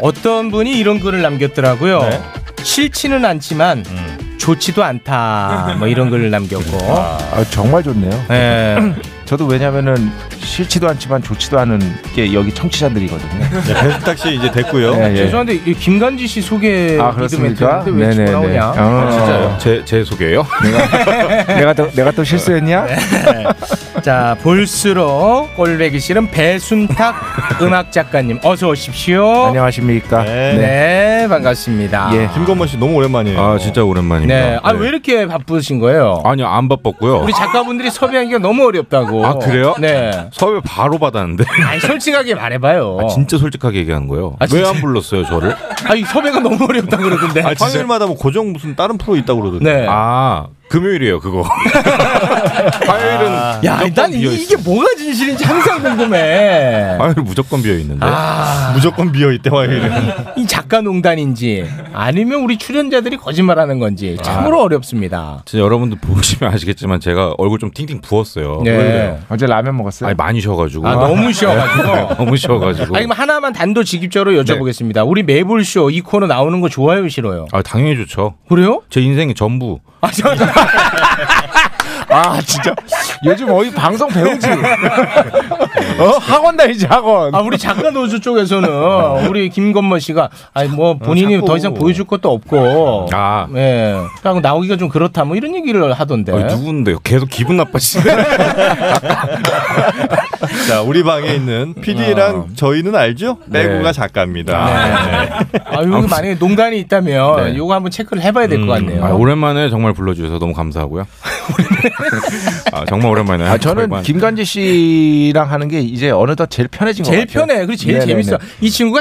[SPEAKER 7] 어떤 분이 이런 글을 남겼더라고요.
[SPEAKER 8] 네.
[SPEAKER 7] 싫지는 않지만
[SPEAKER 8] 음.
[SPEAKER 7] 좋지도 않다. 뭐 이런 글을 남겼고.
[SPEAKER 11] 아.
[SPEAKER 5] 아, 정말 좋네요.
[SPEAKER 7] 예.
[SPEAKER 5] 저도 왜냐면은
[SPEAKER 11] 싫지도 않지만 좋지도 않은 게 여기 청취자들이거든요.
[SPEAKER 12] 네,
[SPEAKER 8] 배수탁 씨 이제 됐고요.
[SPEAKER 11] 예, 예.
[SPEAKER 7] 아, 죄송한데 이 김간지 씨 소개
[SPEAKER 11] 아,
[SPEAKER 7] 믿으면
[SPEAKER 11] 그렇습니까?
[SPEAKER 7] 되는데 왜
[SPEAKER 11] 네네네.
[SPEAKER 7] 치고 나오냐?
[SPEAKER 11] 아,
[SPEAKER 7] 뭐
[SPEAKER 11] 진짜요?
[SPEAKER 12] 제, 제 소개요? 네.
[SPEAKER 11] 내가 또 내가 또 실수했냐?
[SPEAKER 7] 자 볼수록 꼴배기 싫은 배순탁 음악 작가님 어서 오십시오.
[SPEAKER 11] 안녕하십니까?
[SPEAKER 7] 네,
[SPEAKER 9] 아.
[SPEAKER 7] 반갑습니다.
[SPEAKER 8] 예.
[SPEAKER 12] 예.
[SPEAKER 8] 김건모 씨 너무 오랜만이에요.
[SPEAKER 12] 아 진짜 오랜만입니다.
[SPEAKER 7] 네. 아 왜 이렇게 바쁘신 거예요?
[SPEAKER 12] 아니요 안 바빴고요.
[SPEAKER 7] 우리 작가분들이 섭외하기가 너무 어렵다고.
[SPEAKER 12] 아 그래요?
[SPEAKER 7] 네.
[SPEAKER 12] 섭외 바로 받았는데.
[SPEAKER 7] 아니 솔직하게 말해봐요.
[SPEAKER 12] 아, 진짜 솔직하게 얘기하는 거예요.
[SPEAKER 7] 아,
[SPEAKER 12] 왜
[SPEAKER 7] 진짜?
[SPEAKER 12] 안 불렀어요 저를?
[SPEAKER 7] 아니 섭외가 너무 어렵다 고 그러던데.
[SPEAKER 8] 아, 화요일마다 뭐 고정 무슨 다른 프로 있다고 그러던데.
[SPEAKER 7] 네.
[SPEAKER 12] 아 금요일이에요 그거. 화요일은
[SPEAKER 7] 야,
[SPEAKER 12] 무조건
[SPEAKER 7] 난 아, 이-
[SPEAKER 12] 비어 아, 있어.
[SPEAKER 7] 이게 뭐가 진실인지 항상 궁금해.
[SPEAKER 12] 화요일 무조건 비어 있는데.
[SPEAKER 7] 아.
[SPEAKER 8] 무조건 비어 있대 화요일은.
[SPEAKER 7] 이 작가 농단인지 아니면 우리 출연자들이 거짓말하는 건지
[SPEAKER 12] 아.
[SPEAKER 7] 참으로 어렵습니다.
[SPEAKER 12] 진짜 여러분들 보시면 아시겠지만 제가 얼굴 좀 팅팅 부었어요.
[SPEAKER 7] 네.
[SPEAKER 12] 왜 그래요?
[SPEAKER 11] 어제 라면 먹었어요.
[SPEAKER 12] 아니 많이 쉬어가지고.
[SPEAKER 7] 아, 너무 쉬어가지고.
[SPEAKER 12] 네, 너무 쉬어가지고. 네.
[SPEAKER 7] 아니 그럼 하나만 단도직입적으로 여쭤보겠습니다. 우리 매불쇼 이 코너 나오는 거 좋아요 싫어요?
[SPEAKER 12] 아 당연히 좋죠.
[SPEAKER 7] 그래요?
[SPEAKER 12] 제 인생의 전부.
[SPEAKER 7] 아, 저-
[SPEAKER 11] 아 진짜 요즘 어이 방송 배우지? 어 학원 다니지 학원.
[SPEAKER 7] 아, 우리 작가 노조 쪽에서는 우리 김건모 씨가 아니 뭐 본인이
[SPEAKER 8] 자꾸.
[SPEAKER 7] 더 이상 보여줄 것도 없고
[SPEAKER 12] 어, 아.
[SPEAKER 7] 예 그냥 나오기가 좀 그렇다 뭐 이런 얘기를 하던데
[SPEAKER 12] 아니, 누군데요? 계속 기분 나빠지네.
[SPEAKER 8] 자 우리 방에 있는
[SPEAKER 7] 음,
[SPEAKER 8] PD랑 저희는 알죠?
[SPEAKER 7] 네.
[SPEAKER 8] 빼고가 작가입니다. 네.
[SPEAKER 7] 아 여기 만약에 농단이
[SPEAKER 11] 네.
[SPEAKER 7] 있다면 요거 한번 체크를 해봐야 될
[SPEAKER 11] 음.
[SPEAKER 7] 것 같네요.
[SPEAKER 12] 아, 오랜만에 정말 불러주셔서 너무 감사하고요. 아, 정말 오랜만에.
[SPEAKER 11] 아, 저는
[SPEAKER 12] 오랜만에.
[SPEAKER 11] 김간지 씨랑 하는 게 이제 어느덧 제일 편해진 것
[SPEAKER 7] 제일
[SPEAKER 11] 같아요.
[SPEAKER 7] 편해. 그리고 제일
[SPEAKER 11] 네네네.
[SPEAKER 7] 재밌어. 이 친구가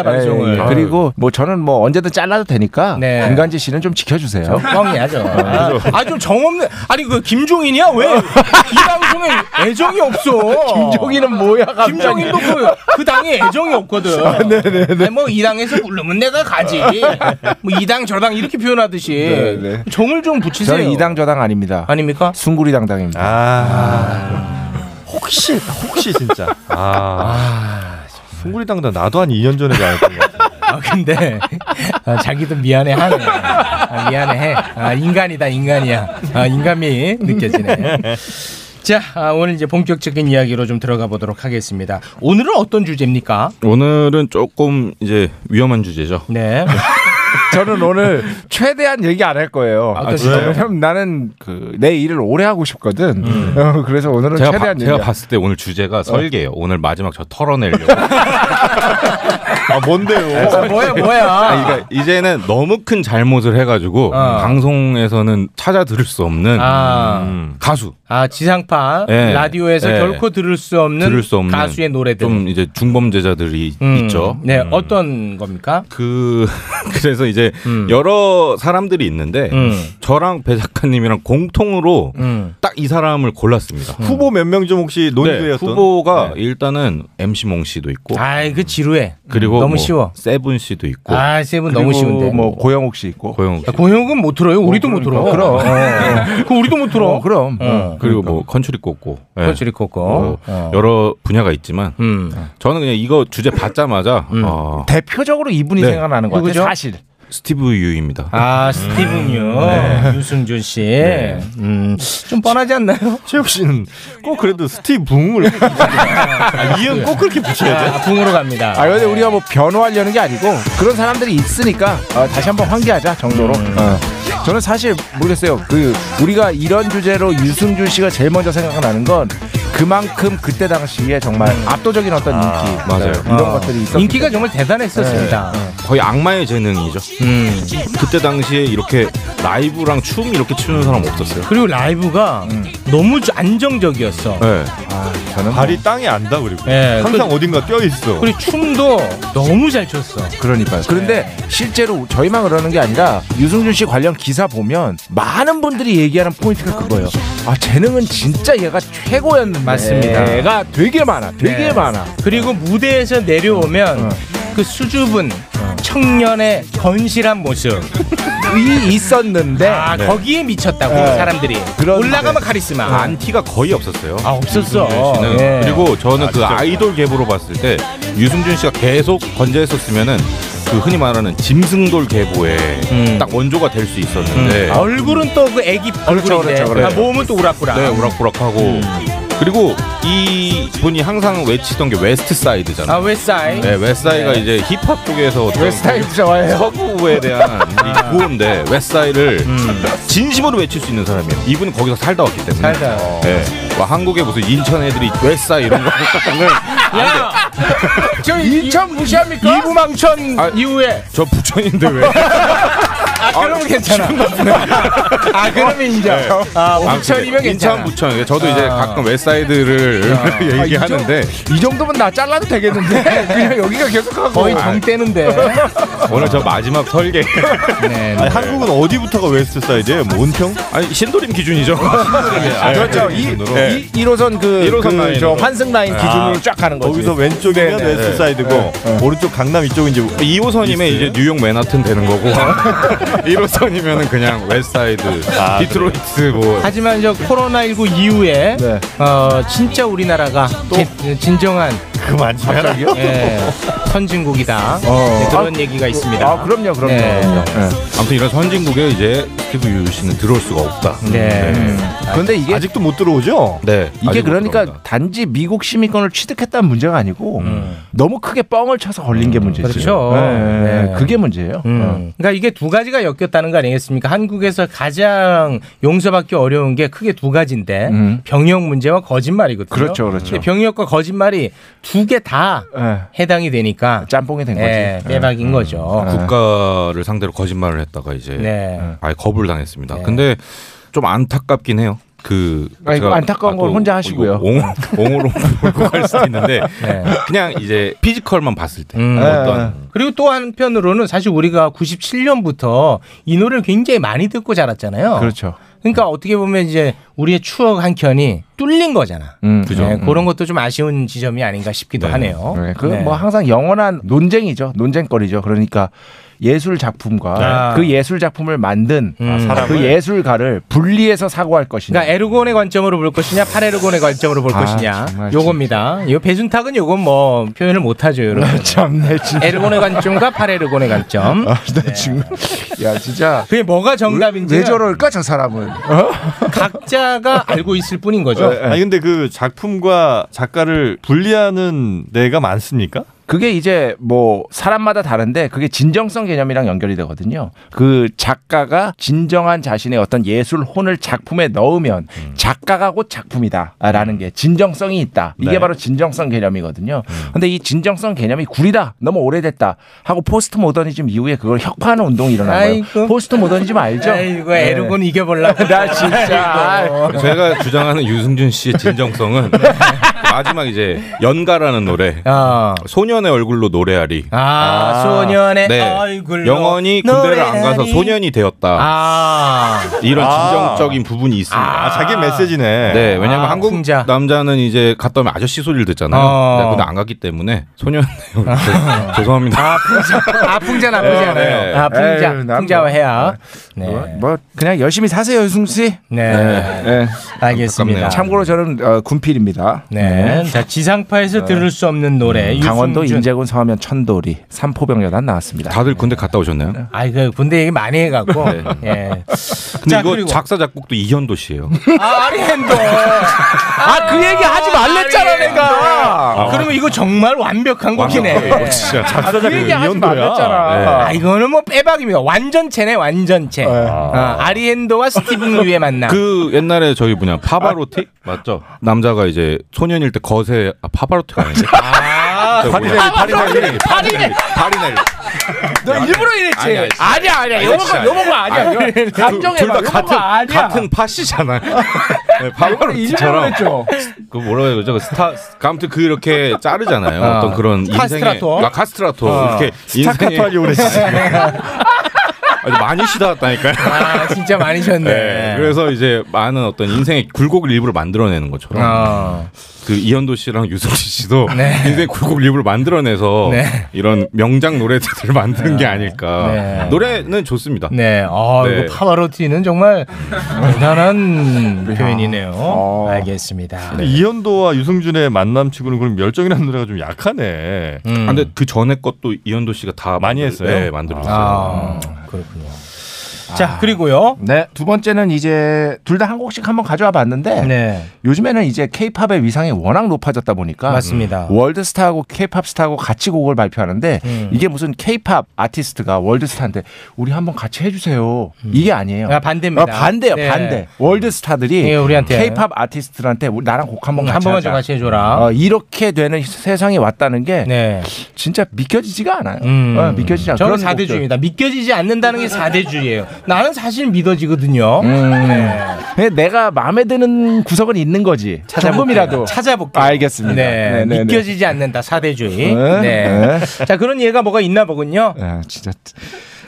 [SPEAKER 11] 예, 예.
[SPEAKER 7] 방송을.
[SPEAKER 11] 그리고 뭐 저는 뭐 언제든 잘라도 되니까
[SPEAKER 7] 네.
[SPEAKER 11] 김간지 씨는 좀 지켜주세요. 어.
[SPEAKER 7] 뻥이야 저. 아, 아좀 정없는. 아니 그 김종인이야 왜? 이 방송에 애정이 없어.
[SPEAKER 11] 김종인은 뭐야? 갑자기. 아,
[SPEAKER 7] 김종인도 그, 그 당에 애정이 없거든. 네네네. 뭐이 당에서 부르면 내가 가지. 뭐 이 당 저 당 이렇게 표현하듯이
[SPEAKER 11] 네네.
[SPEAKER 7] 정을 예, 좀 붙이세요.
[SPEAKER 11] 저는 이당 저당 아닙니다.
[SPEAKER 7] 아닙니까?
[SPEAKER 11] 숭구리 당당입니다.
[SPEAKER 8] 아. 혹시 혹시 진짜 아, 송구리 당당 나도 한 2년 전에 알았던 것 같아.
[SPEAKER 7] 아 근데 아, 자기도 미안해하네. 아, 미안해. 아 인간이다 인간이야. 아 인간미 느껴지네. 자 아, 오늘 이제 본격적인 이야기로 좀 들어가 보도록 하겠습니다. 오늘은 어떤 주제입니까?
[SPEAKER 12] 오늘은 조금 이제 위험한 주제죠.
[SPEAKER 7] 네.
[SPEAKER 11] 저는 오늘 최대한 얘기 안 할 거예요.
[SPEAKER 7] 아, 진짜요?
[SPEAKER 11] 왜냐면 나는 그 내 일을 오래 하고 싶거든.
[SPEAKER 7] 음.
[SPEAKER 11] 어, 그래서 오늘은
[SPEAKER 12] 제가, 봐-
[SPEAKER 11] 최대한
[SPEAKER 12] 제가
[SPEAKER 11] 얘기. 안-
[SPEAKER 12] 봤을 때 오늘
[SPEAKER 7] 어.
[SPEAKER 12] 주제가 설계예요. 오늘 마지막 저 털어내려고.
[SPEAKER 8] 아 뭔데요?
[SPEAKER 7] 아, 뭐야
[SPEAKER 12] 아니,
[SPEAKER 7] 뭐야.
[SPEAKER 12] 그러니까 이제는 너무 큰 잘못을 해가지고
[SPEAKER 7] 어.
[SPEAKER 12] 방송에서는 찾아 들을 수 없는
[SPEAKER 7] 아.
[SPEAKER 12] 음, 가수
[SPEAKER 7] 아 지상파
[SPEAKER 12] 예.
[SPEAKER 7] 라디오에서
[SPEAKER 12] 예.
[SPEAKER 7] 결코 들을 수 없는,
[SPEAKER 12] 들을 수 없는
[SPEAKER 7] 가수의 노래들.
[SPEAKER 12] 좀 이제 중범죄자들이
[SPEAKER 7] 음,
[SPEAKER 12] 있죠.
[SPEAKER 7] 네 어떤 겁니까?
[SPEAKER 12] 그 그래서 이제 여러 사람들이 있는데
[SPEAKER 7] 음.
[SPEAKER 12] 저랑 배 작가님이랑 공통으로
[SPEAKER 7] 음.
[SPEAKER 12] 딱 이 사람을 골랐습니다.
[SPEAKER 8] 음. 후보 몇 명 좀 혹시
[SPEAKER 12] 네,
[SPEAKER 8] 논의되었던?
[SPEAKER 12] 후보가 일단은 MC 몽 씨도 있고
[SPEAKER 7] 아이 그 지루해.
[SPEAKER 12] 그리고 뭐
[SPEAKER 7] 너무 쉬워.
[SPEAKER 12] 세븐 씨도 있고
[SPEAKER 7] 아 세븐
[SPEAKER 11] 그리고
[SPEAKER 7] 너무 쉬운데.
[SPEAKER 11] 뭐 고영욱 씨 있고.
[SPEAKER 12] 고영 씨
[SPEAKER 7] 야, 아, 고형은 못 들어요. 우리도 못 들어.
[SPEAKER 11] 그럼.
[SPEAKER 7] 그 우리도 못 들어.
[SPEAKER 11] 어, 그럼.
[SPEAKER 7] 어.
[SPEAKER 12] 그리고
[SPEAKER 11] 그러니까.
[SPEAKER 12] 뭐 컨츄리 꽂고 예.
[SPEAKER 7] 컨츄리 꽂고.
[SPEAKER 12] 뭐
[SPEAKER 7] 어.
[SPEAKER 12] 여러 분야가 있지만
[SPEAKER 7] 음.
[SPEAKER 12] 저는 그냥 이거 주제 받자마자 어,
[SPEAKER 11] 대표적으로 이분이
[SPEAKER 12] 네.
[SPEAKER 11] 생각나는 거
[SPEAKER 7] 누구죠?
[SPEAKER 11] 같아요. 사실.
[SPEAKER 12] 스티브 유입니다. 음. 네.
[SPEAKER 7] 아 스티븐요. 유승준 씨. 음. 좀 뻔하지 않나요?
[SPEAKER 8] 최욱 씨는 꼭 그래도 스티브 붕을 아, 이은 꼭 그렇게 붙여야 돼.
[SPEAKER 7] 아, 궁으로 갑니다.
[SPEAKER 11] 아 근데 우리가 뭐 변호하려는 게 아니고 그런 사람들이 있으니까 어, 다시 한번 환기하자 정도로.
[SPEAKER 7] 음.
[SPEAKER 11] 어. 저는 사실 모르겠어요. 그 우리가 이런 주제로 유승준 씨가 제일 먼저 생각나는 건 그만큼 그때 당시에 정말 압도적인 어떤 인기,
[SPEAKER 12] 맞아요.
[SPEAKER 11] 이런 것들이 있었.
[SPEAKER 7] 음. 인기가 정말 대단했었습니다.
[SPEAKER 12] 네,
[SPEAKER 7] 음.
[SPEAKER 12] 거의 악마의 재능이죠. 그때 당시에 이렇게 라이브랑 춤 이렇게 추는 사람 없었어요. 음.
[SPEAKER 7] 그리고 라이브가 너무 안정적이었어.
[SPEAKER 12] 네.
[SPEAKER 11] 저는 뭐
[SPEAKER 8] 발이 땅에 안다 그리고
[SPEAKER 7] 예,
[SPEAKER 8] 항상 어딘가 껴 있어.
[SPEAKER 7] 그리고 춤도 너무 잘 췄어.
[SPEAKER 11] 네.
[SPEAKER 7] 네.
[SPEAKER 11] 그러니까요. 그런데 실제로 저희만 그러는 게 아니라 유승준 씨 관련 기사 보면 많은 분들이 얘기하는 포인트가 그거예요. 아 재능은 진짜 얘가 최고였는데
[SPEAKER 7] 맞습니다.
[SPEAKER 11] 얘가 되게 많아, 되게
[SPEAKER 7] 네.
[SPEAKER 11] 많아. 어.
[SPEAKER 7] 그리고 무대에서 내려오면 그 수줍은 청년의 건실한 모습.
[SPEAKER 11] 이 있었는데
[SPEAKER 7] 아 거기에 미쳤다고
[SPEAKER 11] 네.
[SPEAKER 7] 사람들이
[SPEAKER 11] 그런데. 네.
[SPEAKER 7] 올라가면 카리스마
[SPEAKER 12] 아, 안티가 거의 없었어요.
[SPEAKER 7] 아 없었어
[SPEAKER 12] 씨는.
[SPEAKER 7] 예.
[SPEAKER 12] 그리고 저는 그 아이돌 갭으로 봤을 때 유승준 씨가 계속 건재했었으면은 그 흔히 말하는 짐승돌 계보에
[SPEAKER 7] 음.
[SPEAKER 12] 딱 원조가 될 수 있었는데
[SPEAKER 7] 아, 얼굴은 또 그 애기 얼굴인데
[SPEAKER 11] 네. 그렇죠, 그렇죠.
[SPEAKER 7] 아, 몸은 또 우락부락
[SPEAKER 11] 음.
[SPEAKER 12] 네, 우락부락하고 네, 그리고 이 분이 항상 외치던 게 웨스트 사이드잖아요.
[SPEAKER 11] 아, 웨스트사이.
[SPEAKER 12] 네, 웨스트사이가
[SPEAKER 11] 네.
[SPEAKER 12] 이제 힙합 쪽에서 어떤 그
[SPEAKER 11] 웨스트사이 좋아해요? 아.
[SPEAKER 12] 서구에 대한 이 구호인데 웨스트사이를 진심으로 외칠 수 있는 사람이에요. 이분이 거기서 살다 왔기 때문에.
[SPEAKER 11] 음. 살다.
[SPEAKER 12] 네. 와, 한국에 무슨 인천 애들이 웨스트사이 이런 거 하는
[SPEAKER 11] 저 인천 무시합니까? 아. 이부망천 이후에
[SPEAKER 12] 저 부천인데 왜?
[SPEAKER 11] 아 그러면 괜찮아 아 그러면 인정 아 부천이면 괜찮아
[SPEAKER 12] 네. 인천 부천. 저도 이제
[SPEAKER 11] 아.
[SPEAKER 12] 가끔 웨스트사이드를
[SPEAKER 11] 아, 이 정-
[SPEAKER 12] 얘기하는데
[SPEAKER 11] 이 정도면 나 잘라도 되겠는데 그냥 여기가 계속하고 네.
[SPEAKER 12] 거의 정
[SPEAKER 11] 떼는데
[SPEAKER 12] 오늘 저 마지막 설계.
[SPEAKER 8] 아니, 네, 한국은 어디부터가 웨스트 사이드예요? 뭐 은평?
[SPEAKER 12] 아니 신도림 기준이죠.
[SPEAKER 8] 아,
[SPEAKER 11] 그렇죠 이,
[SPEAKER 8] 네.
[SPEAKER 11] 이 1호선 그,
[SPEAKER 8] 일호선
[SPEAKER 11] 그
[SPEAKER 8] 라인으로.
[SPEAKER 11] 저 환승 라인
[SPEAKER 12] 네.
[SPEAKER 8] 아,
[SPEAKER 11] 기준으로 쫙 가는 거지 네,
[SPEAKER 8] 거기서 왼쪽이면 웨스트 사이드고 오른쪽 강남 이쪽은 이제
[SPEAKER 12] 2호선이면 이제 뉴욕 맨하튼 되는 거고 1호선이면은 그냥 웨스트사이드,
[SPEAKER 8] 아,
[SPEAKER 12] 디트로이트 뭐
[SPEAKER 7] 하지만 저 코로나19 이후에
[SPEAKER 11] 네.
[SPEAKER 7] 어, 진짜 우리나라가 진- 진정한
[SPEAKER 8] 그만 좀 해라.
[SPEAKER 7] 예, 선진국이다 네, 그런 얘기가 있습니다.
[SPEAKER 11] 어. 아 그럼요 그럼요
[SPEAKER 7] 네.
[SPEAKER 12] 아무튼 이런 선진국에 이제 피부 유유 씨는 들어올 수가 없다.
[SPEAKER 11] 네. 그런데 이게 아직도 못 들어오죠?
[SPEAKER 12] 네.
[SPEAKER 11] 이게
[SPEAKER 12] 아직 못
[SPEAKER 11] 그러니까 단지 미국 시민권을 취득했다는 문제가 아니고 너무 크게 뻥을 쳐서 걸린 게 문제죠.
[SPEAKER 7] 그렇죠.
[SPEAKER 11] 네,
[SPEAKER 7] 네.
[SPEAKER 11] 그게 문제예요. 어.
[SPEAKER 7] 그러니까 이게 두 가지가 엮였다는 거 아니겠습니까? 한국에서 가장 용서받기 어려운 게 크게 두 가지인데
[SPEAKER 11] 음.
[SPEAKER 7] 병역 문제와 거짓말이거든요.
[SPEAKER 11] 그렇죠, 그렇죠.
[SPEAKER 7] 근데 병역과 거짓말이 두 개 다 해당이 되니까
[SPEAKER 11] 짬뽕이 된 예.
[SPEAKER 12] 거지.
[SPEAKER 7] 빼박인
[SPEAKER 12] 음.
[SPEAKER 7] 거죠.
[SPEAKER 11] 네.
[SPEAKER 12] 국가를 상대로 거짓말을 했다가 이제
[SPEAKER 7] 네.
[SPEAKER 12] 아예 겁을 당했습니다. 근데 좀 안타깝긴 해요. 그
[SPEAKER 11] 네. 아니,
[SPEAKER 12] 제가
[SPEAKER 11] 안타까운
[SPEAKER 12] 아,
[SPEAKER 11] 건
[SPEAKER 12] 또
[SPEAKER 11] 혼자 하시고요.
[SPEAKER 12] 옹, 옹으로 몰고 갈 수도 있는데
[SPEAKER 7] 네. 음.
[SPEAKER 12] 그냥 이제 피지컬만 봤을 때
[SPEAKER 11] 음.
[SPEAKER 12] 어떤
[SPEAKER 11] 예.
[SPEAKER 7] 그리고 또 한편으로는 사실 우리가 97년부터 이 노래를 굉장히 많이 듣고 자랐잖아요.
[SPEAKER 11] 그렇죠.
[SPEAKER 7] 그러니까 어떻게 보면 이제 우리의 추억 한 켠이 뚫린 거잖아.
[SPEAKER 11] 음,
[SPEAKER 7] 네, 그런 것도 좀 아쉬운 지점이 아닌가 싶기도 하네요.
[SPEAKER 11] 그건
[SPEAKER 7] 네.
[SPEAKER 11] 뭐 항상 영원한 논쟁이죠. 논쟁거리죠. 그러니까 예술 작품과
[SPEAKER 7] 아.
[SPEAKER 11] 그 예술 작품을 만든
[SPEAKER 7] 음.
[SPEAKER 11] 사람을- 그 예술가를 분리해서 사고할 것이냐.
[SPEAKER 7] 그러니까 에르곤의 관점으로 볼 것이냐 파레르곤의 관점으로 볼
[SPEAKER 11] 아,
[SPEAKER 7] 것이냐
[SPEAKER 11] 정말
[SPEAKER 7] 요겁니다. 요 배순탁은 요건 뭐 표현을 못 하죠, 여러분.
[SPEAKER 11] 아, 참내 진짜.
[SPEAKER 7] 에르곤의 관점과 파레르곤의 관점.
[SPEAKER 11] 나 지금 야 진짜
[SPEAKER 7] 그게 뭐가 그러니까 정답인지
[SPEAKER 11] 왜 저럴까 저 사람은.
[SPEAKER 7] 각자가 알고 있을 뿐인 거죠.
[SPEAKER 11] 어,
[SPEAKER 8] 아니 근데 그 작품과 작가를 분리하는 데가 많습니까?
[SPEAKER 11] 그게 이제 뭐 사람마다 다른데 그게 진정성 개념이랑 연결이 되거든요. 그 작가가 진정한 자신의 어떤 예술 혼을 작품에 넣으면
[SPEAKER 8] 음.
[SPEAKER 11] 작가가 곧 작품이다라는 게 진정성이 있다. 이게
[SPEAKER 8] 네. 음.
[SPEAKER 11] 바로 진정성 개념이거든요. 근데 이 진정성 개념이 구리다. 너무 오래됐다. 하고 포스트 모더니즘 이후에 그걸 혁파하는 운동이 일어난 거예요. 포스트 모더니즘 알죠? 네.
[SPEAKER 7] 아이고 에르곤 이겨보려고.
[SPEAKER 11] 나 진짜.
[SPEAKER 7] 네.
[SPEAKER 11] 그
[SPEAKER 12] 제가 주장하는 유승준 씨의 진정성은 마지막 이제 연가라는 노래 소년의 얼굴로 노래하리
[SPEAKER 7] 아, 소년의
[SPEAKER 8] 네.
[SPEAKER 7] 얼굴로 아,
[SPEAKER 12] 영원히 군대를 안 가서
[SPEAKER 7] 노래하리.
[SPEAKER 12] 소년이 되었다 이런
[SPEAKER 8] 아.
[SPEAKER 12] 진정적인 부분이 있습니다
[SPEAKER 8] 아, 자기 메시지네.
[SPEAKER 12] 네 왜냐면
[SPEAKER 8] 아,
[SPEAKER 12] 한국 남자는 이제 갔다 오면 아저씨 소리를 듣잖아요
[SPEAKER 8] 어.
[SPEAKER 12] 네, 근데 안 갔기 때문에 소년의 얼굴로 죄송합니다
[SPEAKER 7] 아 풍자 나쁘지
[SPEAKER 12] 네,
[SPEAKER 7] 않아요.
[SPEAKER 12] 네.
[SPEAKER 7] 아 풍자
[SPEAKER 11] 에휴, 난
[SPEAKER 7] 풍자와
[SPEAKER 11] 뭐.
[SPEAKER 7] 해야. 네.
[SPEAKER 11] 뭐 그냥 열심히 사세요, 유승 씨.
[SPEAKER 7] 네. 알겠습니다.
[SPEAKER 11] 참고로 저는 어, 군필입니다.
[SPEAKER 7] 네. 자 지상파에서
[SPEAKER 11] 네.
[SPEAKER 7] 들을 수 없는 노래.
[SPEAKER 11] 강원도
[SPEAKER 7] 유승준.
[SPEAKER 11] 인제군 서하면 천도리 삼포병여단 나왔습니다.
[SPEAKER 12] 다들 군대 갔다 오셨나요?
[SPEAKER 7] 아이 그 군대 얘기 많이 해갖고.
[SPEAKER 12] 네.
[SPEAKER 7] 예.
[SPEAKER 12] 근데 이거 작사 작곡도 이현도 씨예요
[SPEAKER 7] 아,
[SPEAKER 11] 어,
[SPEAKER 7] 아리엔도. 아, 그 얘기 하지 말랬잖아, 내가. 그러면 이거 정말 완벽한 곡이네.
[SPEAKER 12] 완벽해요, 진짜.
[SPEAKER 7] 아,
[SPEAKER 12] 작사자가
[SPEAKER 7] 그 얘기 하지
[SPEAKER 12] 이현도야.
[SPEAKER 7] 말랬잖아.
[SPEAKER 12] 네.
[SPEAKER 7] 아, 이거는 뭐 빼박입니다. 완전체네, 완전체. 아, 아리엔도와 스티븐 루의 만남.
[SPEAKER 12] 그 옛날에 저기 뭐냐 파바로티
[SPEAKER 8] 아.
[SPEAKER 12] 맞죠? 남자가 이제 소년일 때 거세 아, 파바로티가 아닌데
[SPEAKER 7] 아,
[SPEAKER 12] 저기 뭐냐? 파리넬리 파리넬리 파리넬리
[SPEAKER 7] 너 일부러
[SPEAKER 12] 아니, 아니,
[SPEAKER 7] 이랬지.
[SPEAKER 12] 진짜.
[SPEAKER 7] 아니야, 아니야.
[SPEAKER 12] 아니,
[SPEAKER 7] 요거,
[SPEAKER 12] 진짜.
[SPEAKER 7] 요거 아니야.
[SPEAKER 12] 아니,
[SPEAKER 7] 이거 감정해봐.
[SPEAKER 12] 그 둘다
[SPEAKER 7] 요거
[SPEAKER 12] 같은
[SPEAKER 7] 아니야.
[SPEAKER 12] 같은 팥이잖아요. 네,
[SPEAKER 7] 일부러
[SPEAKER 12] 파바로티처럼
[SPEAKER 7] 했죠.
[SPEAKER 12] 그 뭐라 해야 되죠? 그 스타 아무튼 그렇게 자르잖아요.
[SPEAKER 8] 아.
[SPEAKER 12] 어떤 그런 인생의
[SPEAKER 8] 카스트라토?
[SPEAKER 12] 아, 카스트라토
[SPEAKER 8] 어.
[SPEAKER 12] 이렇게 네.
[SPEAKER 8] 스타카토
[SPEAKER 12] 인생의-
[SPEAKER 8] 하려고 그랬지.
[SPEAKER 12] 아주 많이 쉬다 왔다니까요.
[SPEAKER 7] 아, 진짜 많이 쉬었네.
[SPEAKER 12] 그래서 이제 많은 어떤 인생의 굴곡을 일부러 만들어내는 것처럼.
[SPEAKER 7] 아.
[SPEAKER 12] 그 이현도 씨랑 유승진 씨도
[SPEAKER 7] 네.
[SPEAKER 12] 인생의 굴곡을 일부러 만들어내서
[SPEAKER 7] 네.
[SPEAKER 12] 이런 명작 노래들을 만든 게 아닐까.
[SPEAKER 7] 네.
[SPEAKER 12] 노래는 좋습니다.
[SPEAKER 7] 네, 아,
[SPEAKER 12] 네.
[SPEAKER 7] 이거 파바로티는 정말 대단한 표현이네요.
[SPEAKER 12] 아.
[SPEAKER 7] 알겠습니다.
[SPEAKER 12] 네,
[SPEAKER 8] 근데 이현도와 유승준의 만남 치고는 그럼 열정이라는 노래가 좀 약하네.
[SPEAKER 7] 음.
[SPEAKER 12] 아, 근데 그 전에 것도 이현도 씨가 다 많이
[SPEAKER 8] 했어요?
[SPEAKER 12] 네, 만들었어요.
[SPEAKER 7] 아, 그렇군요. 자 그리고요.
[SPEAKER 11] 네. 두 번째는 이제 둘 다 한 곡씩 한번 가져와 봤는데
[SPEAKER 7] 네.
[SPEAKER 11] 요즘에는 이제 케이팝의 위상이 워낙 높아졌다 보니까
[SPEAKER 7] 맞습니다.
[SPEAKER 11] 음, 월드스타하고 케이팝 스타하고 같이 곡을 발표하는데
[SPEAKER 7] 음.
[SPEAKER 11] 이게 무슨 케이팝 아티스트가 월드스타한테 우리 한번 같이 해주세요. 이게 아니에요.
[SPEAKER 7] 아, 반대입니다.
[SPEAKER 11] 어, 반대요.
[SPEAKER 7] 네.
[SPEAKER 11] 반대. 월드스타들이
[SPEAKER 7] 예, 우리한테.
[SPEAKER 11] 케이팝 아티스트한테 우리- 나랑 곡 한번 같이
[SPEAKER 7] 음, 한 번만
[SPEAKER 11] 하자.
[SPEAKER 7] 좀 같이 해줘라. 네.
[SPEAKER 11] 어, 이렇게 되는 세상이 왔다는 게 진짜 믿겨지지가 않아요. 어, 믿겨지지 않아요.
[SPEAKER 7] 음. 저는
[SPEAKER 11] 그런 곡들.
[SPEAKER 7] 4대주의입니다. 믿겨지지 않는다는 게 4대주의예요. 나는 사실 믿어지거든요.
[SPEAKER 11] 음.
[SPEAKER 7] 네.
[SPEAKER 11] 근데 내가 마음에 드는 구석은 있는 거지. 조금이라도
[SPEAKER 7] 찾아볼게요.
[SPEAKER 11] 알겠습니다.
[SPEAKER 7] 네,
[SPEAKER 11] 네, 네, 네.
[SPEAKER 7] 믿겨지지 않는다. 4대주의.
[SPEAKER 11] 네,
[SPEAKER 7] 네.
[SPEAKER 11] 네.
[SPEAKER 7] 자, 그런 예가 뭐가 있나 보군요.
[SPEAKER 11] 아, 진짜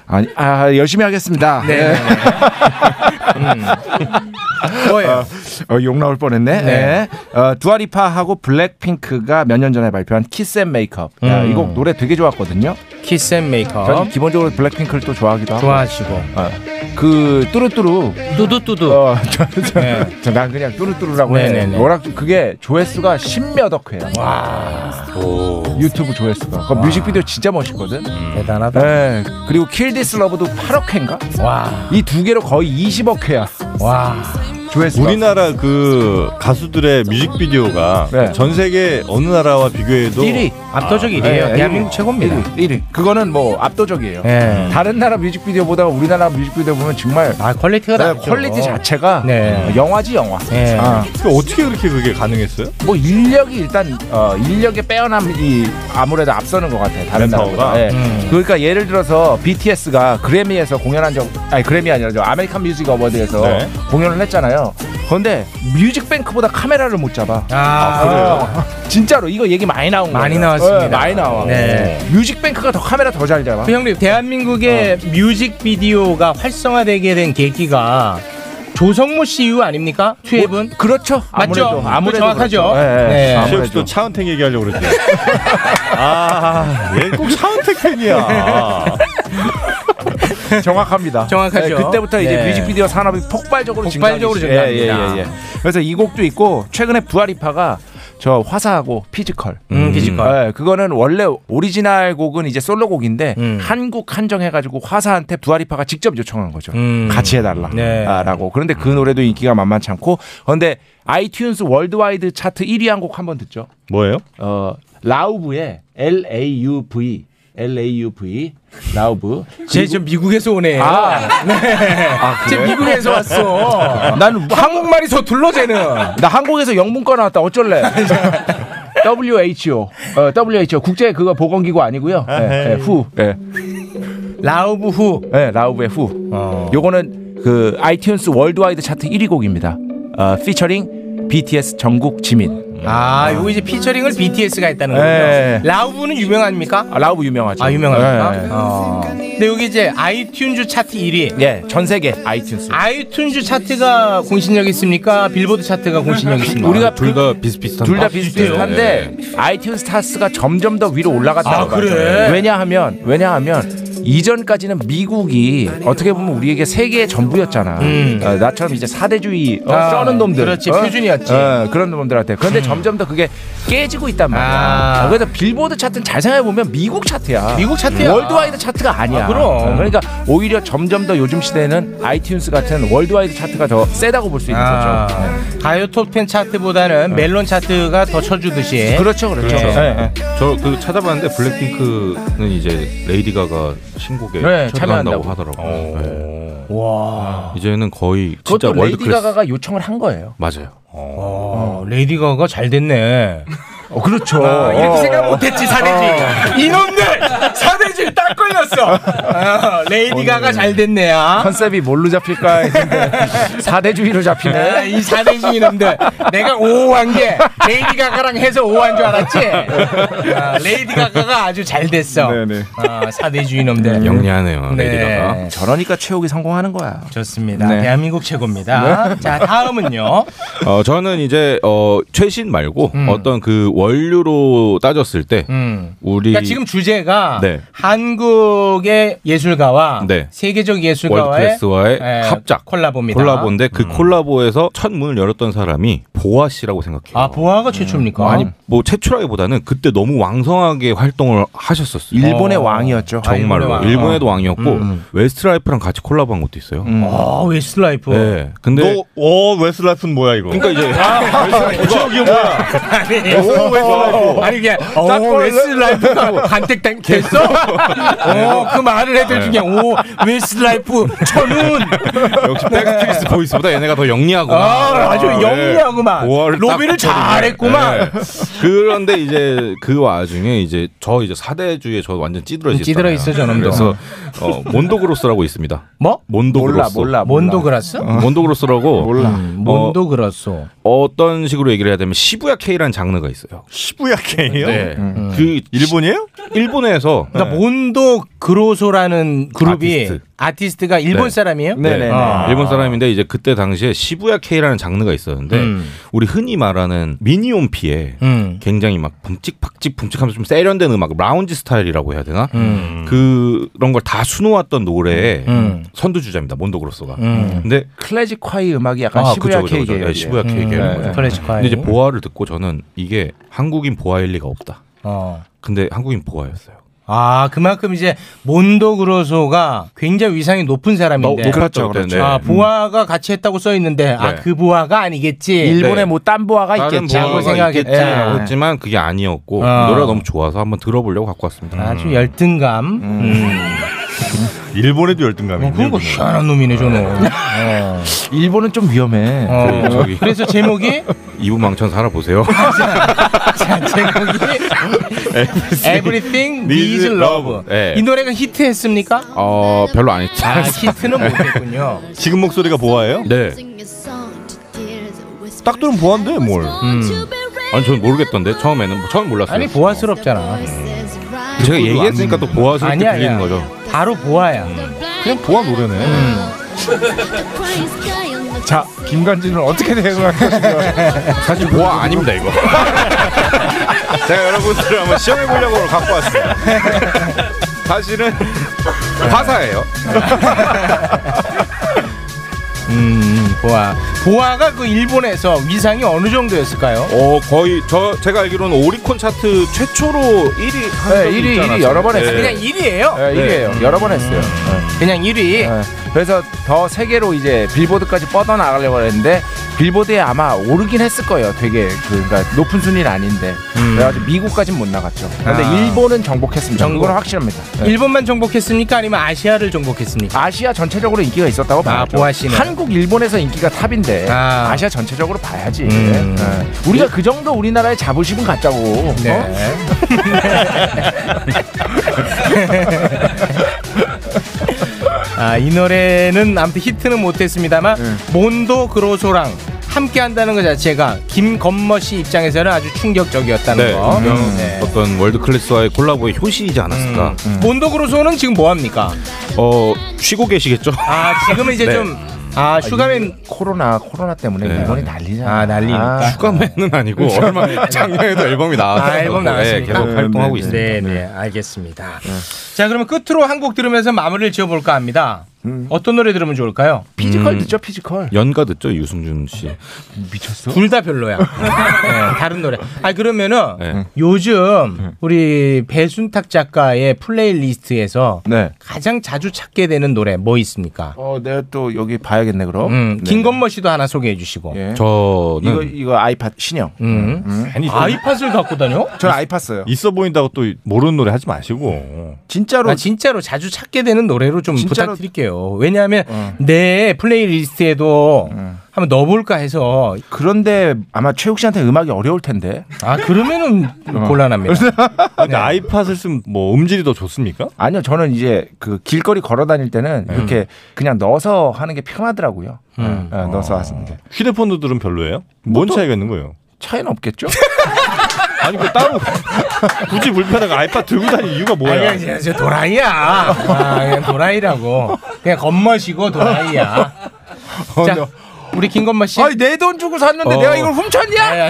[SPEAKER 11] 아니, 아 열심히 하겠습니다.
[SPEAKER 7] 네. 음.
[SPEAKER 11] 네.
[SPEAKER 7] 뭐예요?
[SPEAKER 11] 어, 욕 나올 뻔했네.
[SPEAKER 7] 네.
[SPEAKER 11] 네. 어, 두아리파하고 블랙핑크가 몇 년 전에 발표한 키스 앤 메이크업. 야,
[SPEAKER 7] 음.
[SPEAKER 11] 이 곡 노래 되게 좋았거든요.
[SPEAKER 7] 키스 앤 메이크업.
[SPEAKER 11] 저는 기본적으로 블랙핑크를 또 좋아하기도 하고.
[SPEAKER 7] 좋아하시고.
[SPEAKER 11] 어, 그 뚜루뚜루.
[SPEAKER 7] 뚜두뚜두. 네.
[SPEAKER 11] 어, 저, 저, 저, 난 그냥 뚜루뚜루라고 해.
[SPEAKER 7] 네네네.
[SPEAKER 11] 워낙 그게 조회수가 십몇 억 회야. 유튜브 조회수가. 그 뮤직비디오 진짜 멋있거든.
[SPEAKER 7] 대단하다.
[SPEAKER 11] 네. 그리고 킬디스 러브도 8억 회인가?
[SPEAKER 7] 와.
[SPEAKER 11] 이 두 개로 거의 20억 회야.
[SPEAKER 7] 와.
[SPEAKER 11] 조회수.
[SPEAKER 12] 우리나라 그 가수들의 뮤직비디오가
[SPEAKER 11] 네.
[SPEAKER 12] 전 세계 어느 나라와 비교해도
[SPEAKER 11] 1위 압도적 1위예요.
[SPEAKER 12] 예,
[SPEAKER 11] 대한민국
[SPEAKER 12] 예.
[SPEAKER 11] 최고입니다. 1위. 그거는 뭐 압도적이에요.
[SPEAKER 7] 예.
[SPEAKER 11] 다른 나라 뮤직비디오보다 우리나라 뮤직비디오 보면 정말
[SPEAKER 7] 아 퀄리티가
[SPEAKER 11] 네,
[SPEAKER 7] 다르죠.
[SPEAKER 12] 어.
[SPEAKER 11] 퀄리티 자체가
[SPEAKER 7] 네.
[SPEAKER 11] 영화지 영화.
[SPEAKER 7] 예.
[SPEAKER 11] 아.
[SPEAKER 12] 어떻게 그렇게 그게 가능했어요?
[SPEAKER 11] 뭐 인력이 일단 어, 인력의 빼어남이 아무래도 앞서는 것 같아요. 다른
[SPEAKER 12] 멤버가?
[SPEAKER 11] 나라보다. 예.
[SPEAKER 12] 음.
[SPEAKER 11] 그러니까 예를 들어서 BTS가 그래미에서 공연한 적 아니 그래미 아니라 저 아메리칸 뮤직 어워드에서
[SPEAKER 12] 네.
[SPEAKER 11] 공연을 했잖아요. 그런데 뮤직뱅크보다 카메라를 못 잡아.
[SPEAKER 7] 아,
[SPEAKER 11] 그래요? 진짜로 이거 얘기 많이 나온 거예요.
[SPEAKER 7] 많이 나왔습니다.
[SPEAKER 11] 예, 많이 나와.
[SPEAKER 7] 네.
[SPEAKER 11] 뮤직뱅크가 더 카메라 더 잘 잡아.
[SPEAKER 7] 그 형님 대한민국의
[SPEAKER 11] 어.
[SPEAKER 7] 뮤직비디오가 활성화되게 된 계기가 조성모 씨 이후 아닙니까? 투앱은
[SPEAKER 11] 그렇죠.
[SPEAKER 7] 맞죠?
[SPEAKER 12] 아무래도, 아무래도
[SPEAKER 7] 정확하죠.
[SPEAKER 12] 그렇죠. 예, 예.
[SPEAKER 7] 네.
[SPEAKER 12] 시혁 씨도 차은택 얘기하려고 그랬죠. 아, 얘꼭 차은택
[SPEAKER 7] 네.
[SPEAKER 12] 팬이야.
[SPEAKER 11] 정확합니다.
[SPEAKER 7] 정확하죠.
[SPEAKER 11] 네, 그때부터 이제
[SPEAKER 7] 네.
[SPEAKER 11] 뮤직비디오 산업이 폭발적으로 예,
[SPEAKER 7] 폭발적으로
[SPEAKER 11] 증가하기 시작-
[SPEAKER 7] 증가합니다.
[SPEAKER 11] 그래서 이 곡도 있고 최근에 부아리파가 저 화사하고 피지컬.
[SPEAKER 7] 음, 피지컬.
[SPEAKER 11] 네, 그거는 원래 오리지널 곡은 이제 솔로 곡인데
[SPEAKER 7] 음.
[SPEAKER 11] 한국 한정해가지고 화사한테 부아리파가 직접 요청한 거죠.
[SPEAKER 7] 음.
[SPEAKER 11] 같이 해달라.
[SPEAKER 7] 네.
[SPEAKER 11] 아, 라고. 그런데 그 노래도 인기가 만만치 않고. 그런데 아이튠스 월드와이드 차트 1위 한 곡 한번 듣죠.
[SPEAKER 12] 뭐예요?
[SPEAKER 11] 어, 라우브의 L A U V L A U V 라우브.
[SPEAKER 7] 쟤 지금 미국에서 오네.
[SPEAKER 11] 아,
[SPEAKER 7] 쟤 미국에서 왔어.
[SPEAKER 11] 난
[SPEAKER 7] 한국말이 서툴러 쟤는.
[SPEAKER 11] 나 한국에서 영문과 나왔다 어쩔래? WHO 어, WHO 국제 그거 보건기구 아니고요. 예, 예, 후 예.
[SPEAKER 7] 라우브 후.
[SPEAKER 11] 예, 라우브의 후. 요거는 그 아이튠스 월드와이드 차트 1위 곡입니다. 어, 피처링 BTS 정국 지민.
[SPEAKER 7] 아, 요거 이제 피처링을 BTS가 했다는 거죠.
[SPEAKER 11] 예.
[SPEAKER 7] 라우브는 유명합니까?
[SPEAKER 11] 아, 라우브 유명하죠.
[SPEAKER 7] 아, 유명합니까?
[SPEAKER 11] 예, 예.
[SPEAKER 7] 어. 근데 여기 이제 아이튠즈 차트 1위.
[SPEAKER 11] 예, 전 세계 아이튠스.
[SPEAKER 7] 아이튠즈 차트가 공신력 있습니까? 빌보드 차트가 그 공신력 있습니까?
[SPEAKER 11] 우리가
[SPEAKER 12] 둘 다 비슷비슷한.
[SPEAKER 11] 둘 다
[SPEAKER 12] 거.
[SPEAKER 11] 비슷비슷한데 아이튠스 타스가 점점 더 위로 올라갔다고
[SPEAKER 7] 아, 그래?
[SPEAKER 11] 봐요. 예. 왜냐하면 왜냐하면 이전까지는 미국이 어떻게 보면 우리에게 세계의 전부였잖아. 어, 나처럼 이제 사대주의 어,
[SPEAKER 7] 음. 아,
[SPEAKER 11] 써는 놈들.
[SPEAKER 7] 그렇지,
[SPEAKER 11] 어?
[SPEAKER 7] 표준이었지. 음.
[SPEAKER 11] 어, 그런 놈들한테. 그런데 점점 더 그게 깨지고 있단 말이야.
[SPEAKER 7] 아.
[SPEAKER 11] 어, 그래서 빌보드 차트는 잘 생각해 보면 미국 차트야.
[SPEAKER 7] 미국 차트야.
[SPEAKER 11] 월드와이드 차트가 아니야.
[SPEAKER 7] 아, 그럼.
[SPEAKER 11] 어, 그러니까 오히려 점점 더 요즘 시대에는 아이튠스 같은 월드와이드 차트가 더 세다고 볼 수 있는
[SPEAKER 7] 아,
[SPEAKER 11] 거죠. 네.
[SPEAKER 7] 가요 톱10 차트보다는 멜론 차트가 더 쳐주듯이.
[SPEAKER 11] 그렇죠, 그렇죠.
[SPEAKER 7] 예.
[SPEAKER 12] 네.
[SPEAKER 11] 예,
[SPEAKER 12] 저그 찾아봤는데 블랙핑크는 이제 레이디 가가 신곡에
[SPEAKER 11] 네, 참여한다고.
[SPEAKER 12] 참여한다고 하더라고. 요 네.
[SPEAKER 7] 와.
[SPEAKER 12] 이제는 거의 진짜
[SPEAKER 11] 그것도 레이디
[SPEAKER 12] 월드클래스.
[SPEAKER 11] 가가가 요청을 한 거예요.
[SPEAKER 12] 맞아요.
[SPEAKER 7] 어, 레이디 가가 잘 됐네. 아,
[SPEAKER 11] 어, 그렇죠.
[SPEAKER 7] 이렇게 생각 못했지 사대지. 이놈들 사대지 딱 걸렸어. 아, 레이디 가가 잘 됐네야.
[SPEAKER 11] 컨셉이 뭘로 잡힐까 했는데 사대주의로
[SPEAKER 7] 아,
[SPEAKER 11] 잡히네.
[SPEAKER 7] 이 사대지 이놈들 내가 오한 게 레이디 가가랑 해서 오한 줄 알았지. 아, 레이디 가가가 아주 잘 됐어.
[SPEAKER 11] 네네. 음.
[SPEAKER 7] 아, 사대주 이놈들.
[SPEAKER 12] 영리하네요 레이디 가가.
[SPEAKER 7] 네.
[SPEAKER 11] 저러니까 최욱이 성공하는 거야.
[SPEAKER 7] 좋습니다.
[SPEAKER 11] 네.
[SPEAKER 7] 대한민국 최고입니다. 자 다음은요.
[SPEAKER 12] 어, 저는 이제 어, 최신 말고 어떤 그 원료로 따졌을 때
[SPEAKER 7] 음.
[SPEAKER 12] 우리
[SPEAKER 7] 그러니까 지금 주제가
[SPEAKER 12] 네.
[SPEAKER 7] 한국의 예술가와
[SPEAKER 12] 네.
[SPEAKER 7] 세계적 예술가와의
[SPEAKER 12] 월드클래스와의
[SPEAKER 7] 예,
[SPEAKER 12] 합작
[SPEAKER 7] 콜라보입니다.
[SPEAKER 12] 콜라보인데
[SPEAKER 11] 음.
[SPEAKER 12] 그 콜라보에서 첫 문을 열었던 사람이 보아 씨라고 생각해요.
[SPEAKER 7] 아 보아가 최초입니까?
[SPEAKER 12] 아니 뭐 최초라기보다는 그때 너무 왕성하게 활동을 하셨었어요.
[SPEAKER 11] 일본의 왕이었죠. 아, 일본의
[SPEAKER 12] 정말로
[SPEAKER 11] 왕.
[SPEAKER 12] 일본에도 왕이었고
[SPEAKER 11] 음.
[SPEAKER 12] 웨스트라이프랑 같이 콜라보한 것도 있어요.
[SPEAKER 7] 아 웨스트라이프.
[SPEAKER 12] 네. 근데
[SPEAKER 8] 어 웨스트라이프는 뭐야 이거?
[SPEAKER 12] 그러니까 이제
[SPEAKER 7] 아.
[SPEAKER 8] 저기 뭐야?
[SPEAKER 7] 아니,
[SPEAKER 8] 오, 웨스트라이프.
[SPEAKER 7] 아니 뭐 이게
[SPEAKER 12] 어,
[SPEAKER 8] 딱
[SPEAKER 7] 오
[SPEAKER 8] 걸려.
[SPEAKER 7] 웨스트라이프라고 간택 당- 됐어?
[SPEAKER 12] 네.
[SPEAKER 7] 어, 오그 말을 해들 중에 오 웨스트라이프 천운
[SPEAKER 12] 역시 백스트리트 보이스보다 얘네가 더 영리하구만.
[SPEAKER 7] 아, 아주 영리하구만.
[SPEAKER 12] 보아를 딱
[SPEAKER 7] 로비를
[SPEAKER 12] 붙여주네.
[SPEAKER 7] 잘했구만.
[SPEAKER 12] 네. 그런데 이제 그 와중에 이제 저 이제 사대주에 저 완전 찌들어지
[SPEAKER 7] 찌들어 있어, 저놈도.
[SPEAKER 12] 그래서
[SPEAKER 11] 음.
[SPEAKER 12] 어, 몬도그로스라고 있습니다.
[SPEAKER 7] 뭐?
[SPEAKER 12] 몬도그로스.
[SPEAKER 7] 몬도그라스? 음,
[SPEAKER 12] 몬도그로스라고 몰라.
[SPEAKER 7] 몬도그라스.
[SPEAKER 12] 어떤 식으로 얘기를 해야 되면 시부야 K라는 장르가 있어요.
[SPEAKER 8] 시부야 K요?
[SPEAKER 12] 네.
[SPEAKER 7] 음.
[SPEAKER 12] 그 일본이에요? 네. 일본에서
[SPEAKER 7] 그러니까 몬도 그로소라는 그룹이
[SPEAKER 12] 아티스트.
[SPEAKER 7] 아티스트. 가 일본
[SPEAKER 12] 네.
[SPEAKER 7] 사람이에요?
[SPEAKER 12] 네.
[SPEAKER 7] 아.
[SPEAKER 12] 일본 사람인데 이제 그때 당시에 시부야 K라는 장르가 있었는데
[SPEAKER 7] 음.
[SPEAKER 12] 우리 흔히 말하는 미니홈피에
[SPEAKER 7] 음.
[SPEAKER 12] 굉장히 막 붐직박직 붐직하면서 좀 세련된 음악 라운지 스타일이라고 해야 되나
[SPEAKER 7] 음.
[SPEAKER 12] 그런 걸 다 수놓았던 노래의
[SPEAKER 7] 음.
[SPEAKER 12] 선두주자입니다 몬도그로소가
[SPEAKER 7] 음.
[SPEAKER 12] 근데
[SPEAKER 11] 클래식 콰이 음악이 약간 시부야
[SPEAKER 12] 그죠, 그죠,
[SPEAKER 11] K
[SPEAKER 12] 그죠.
[SPEAKER 11] 계열.
[SPEAKER 12] 네, 시부야 K 계열 거죠. 근데 이제 보아를 듣고 저는 이게 한국인 보아일 리가 없다
[SPEAKER 7] 어.
[SPEAKER 12] 근데 한국인 보아였어요
[SPEAKER 7] 아 그만큼 이제 몬도 그로소가 굉장히 위상이 높은 사람인데
[SPEAKER 12] 높- 높았죠, 그렇죠. 네.
[SPEAKER 7] 아 보아가 같이 했다고 써 있는데 아
[SPEAKER 12] 네.
[SPEAKER 7] 그 보아가 아니겠지
[SPEAKER 12] 일본의
[SPEAKER 7] 뭐 딴 보아가
[SPEAKER 12] 다른
[SPEAKER 7] 라고 예.
[SPEAKER 12] 보아가
[SPEAKER 7] 생각했지
[SPEAKER 12] 있겠지라고 했지만 네. 그게 아니었고
[SPEAKER 7] 어. 음.
[SPEAKER 12] 노래가 너무 좋아서 한번 들어보려고 갖고 왔습니다
[SPEAKER 7] 아주 열등감 음.
[SPEAKER 8] 일본에도
[SPEAKER 12] 음.
[SPEAKER 8] 열등감이.
[SPEAKER 7] 어, 그런 거뭐 희한한 놈이네 저는
[SPEAKER 11] 일본은 좀 위험해.
[SPEAKER 12] 그 저기-
[SPEAKER 7] 그래서 제목이
[SPEAKER 12] 이부망천 살아보세요
[SPEAKER 7] 자, 제목이 Everything Needs Love
[SPEAKER 12] 네.
[SPEAKER 7] 이 노래가 히트했습니까?
[SPEAKER 12] 어 별로 안 했죠
[SPEAKER 7] 아 히트는 못했군요
[SPEAKER 8] 지금 목소리가 보아예요?
[SPEAKER 12] 네
[SPEAKER 8] 딱 들으면 보아인데 뭘?
[SPEAKER 12] 음. 아니 저는 모르겠던데 처음에는 뭐, 처음 몰랐어요
[SPEAKER 7] 아니 보아스럽잖아
[SPEAKER 12] 제가 얘기했으니까 또 보아스럽게
[SPEAKER 7] 아니야,
[SPEAKER 12] 들리는
[SPEAKER 7] 아니야.
[SPEAKER 12] 거죠
[SPEAKER 7] 바로 보아야 음,
[SPEAKER 8] 그냥 보아 노래네.
[SPEAKER 11] 자, 김관진은 어떻게 대응할 것인가?
[SPEAKER 12] 사실
[SPEAKER 11] 뭐
[SPEAKER 12] 보아 아닙니다 이거 제가 여러분들을 한번 시험해 보려고 갖고 왔습니다 사실은 화사예요
[SPEAKER 7] 음, 보아. 보아가 그 일본에서 위상이 어느 정도였을까요?
[SPEAKER 12] 어 거의 저 제가 알기로는 오리콘 차트 최초로 1위 한
[SPEAKER 11] 네,
[SPEAKER 12] 적이
[SPEAKER 11] 1위, 1위
[SPEAKER 12] 있지 않았어요?
[SPEAKER 11] 여러 번 했어요.
[SPEAKER 12] 네.
[SPEAKER 7] 그냥 1위예요. 음.
[SPEAKER 11] 네, 1위예요. 여러 번 했어요.
[SPEAKER 7] 그냥 1위.
[SPEAKER 11] 그래서 더 세계로 이제 빌보드까지 뻗어 나가려고 했는데 빌보드에 아마 오르긴 했을 거예요. 되게 그러니까 높은 순위는 아닌데 그래가지고 미국까지는 못 나갔죠. 근데
[SPEAKER 7] 음. 아.
[SPEAKER 11] 일본은 정복했습니다.
[SPEAKER 7] 정복. 아,
[SPEAKER 11] 그건 확실합니다. 네.
[SPEAKER 7] 일본만 정복했습니까? 아니면 아시아를 정복했습니까?
[SPEAKER 11] 아시아 전체적으로 인기가 있었다고 봐야죠.
[SPEAKER 7] 보아 씨는.
[SPEAKER 11] 한국, 일본에서 인기가 탑인데
[SPEAKER 7] 뭐 아.
[SPEAKER 11] 아. 시아 전체적으로 봐야지.
[SPEAKER 7] 음.
[SPEAKER 11] 네. 우리가 그 정도 우리나라의 자부심은 갖자고. 어?
[SPEAKER 7] 네. 아, 이 노래는 아무튼 히트는 못했습니다만
[SPEAKER 11] 네.
[SPEAKER 7] 몬도 그로소랑 함께 한다는 것 자체가 김건머 씨 입장에서는 아주 충격적이었다는
[SPEAKER 12] 네,
[SPEAKER 7] 거.
[SPEAKER 12] 분명
[SPEAKER 7] 네.
[SPEAKER 12] 어떤 월드 클래스와의 콜라보의 효시이지 않았을까.
[SPEAKER 7] 몬도 그로소는 지금 뭐 합니까?
[SPEAKER 12] 어 쉬고 계시겠죠?
[SPEAKER 7] 아, 지금은 이제
[SPEAKER 12] 네.
[SPEAKER 7] 좀 아, 슈가맨
[SPEAKER 11] 코로나 코로나 때문에
[SPEAKER 12] 네.
[SPEAKER 11] 일본이 난리잖아. 그렇죠.
[SPEAKER 7] 아, 난리니까.
[SPEAKER 12] 휴가맨은 아니고 얼마 작년에도 앨범이 나왔어요.
[SPEAKER 7] 아, 앨범 나왔으니까.
[SPEAKER 12] 네, 계속 활동하고
[SPEAKER 11] 네,
[SPEAKER 12] 있습니다.
[SPEAKER 7] 네, 네, 알겠습니다. 자, 그러면 끝으로 한 곡 들으면서 마무리를 지어 볼까 합니다. 어떤 노래 들으면 좋을까요?
[SPEAKER 11] 음. 피지컬
[SPEAKER 12] 음.
[SPEAKER 11] 듣죠 피지컬.
[SPEAKER 12] 연가 듣죠 유승준 씨.
[SPEAKER 11] 미쳤어.
[SPEAKER 7] 둘 다 별로야. 네, 다른 노래. 아, 그러면은
[SPEAKER 12] 네.
[SPEAKER 11] 음.
[SPEAKER 7] 요즘 우리 배순탁 작가의 플레이리스트에서
[SPEAKER 11] 네.
[SPEAKER 7] 가장 자주 찾게 되는 노래 뭐 있습니까?
[SPEAKER 11] 어, 내가 또 여기 봐야겠네 그럼.
[SPEAKER 7] 음,
[SPEAKER 11] 네.
[SPEAKER 7] 김건모 씨도 하나 소개해 주시고.
[SPEAKER 11] 예.
[SPEAKER 12] 저는
[SPEAKER 11] 이거 이거 그 아이팟 신형.
[SPEAKER 7] 음. 아이팟을 갖고 다녀?
[SPEAKER 11] 저는 아이팟 써요.
[SPEAKER 8] 있어 보인다고 또 모르는 노래 하지 마시고.
[SPEAKER 11] 진짜로
[SPEAKER 7] 아, 진짜로 자주 찾게 되는 노래로 좀
[SPEAKER 11] 진짜로- 어. 네.
[SPEAKER 7] 부탁드릴게요. 왜냐하면 내 플레이리스트에도 한번 넣어볼까 해서
[SPEAKER 11] 음. 그런데 아마 최욱 씨한테 음악이 어려울 텐데. 어.
[SPEAKER 7] 아 그러면은 곤란합니다. 네.
[SPEAKER 8] 아, 근데 아이팟을 쓰면 뭐 음질이 더 좋습니까? 네.
[SPEAKER 11] 아니요, 저는 이제 그 길거리 걸어 다닐 때는 이렇게 그냥 넣어서 하는 게 편하더라고요.
[SPEAKER 7] 음.
[SPEAKER 11] 네, 넣어서 뭐 하는 게
[SPEAKER 8] 휴대폰도 들은 별로예요? 뭔 차이가 있는 거예요?
[SPEAKER 11] 차이는 없겠죠?
[SPEAKER 8] 아니 그 따로 굳이 불편하게 아이팟 들고 다니는 이유가 뭐야?
[SPEAKER 7] 아니, 아니, 저 도라이야. 아, 그냥 도라이라고. 그냥 겉멋이고 도라이야.
[SPEAKER 8] 어,
[SPEAKER 7] 자,
[SPEAKER 8] 너-
[SPEAKER 7] 우리 김건마 씨. 아니
[SPEAKER 11] 내 돈 주고 샀는데
[SPEAKER 12] 어.
[SPEAKER 11] 내가 이걸 훔쳤냐?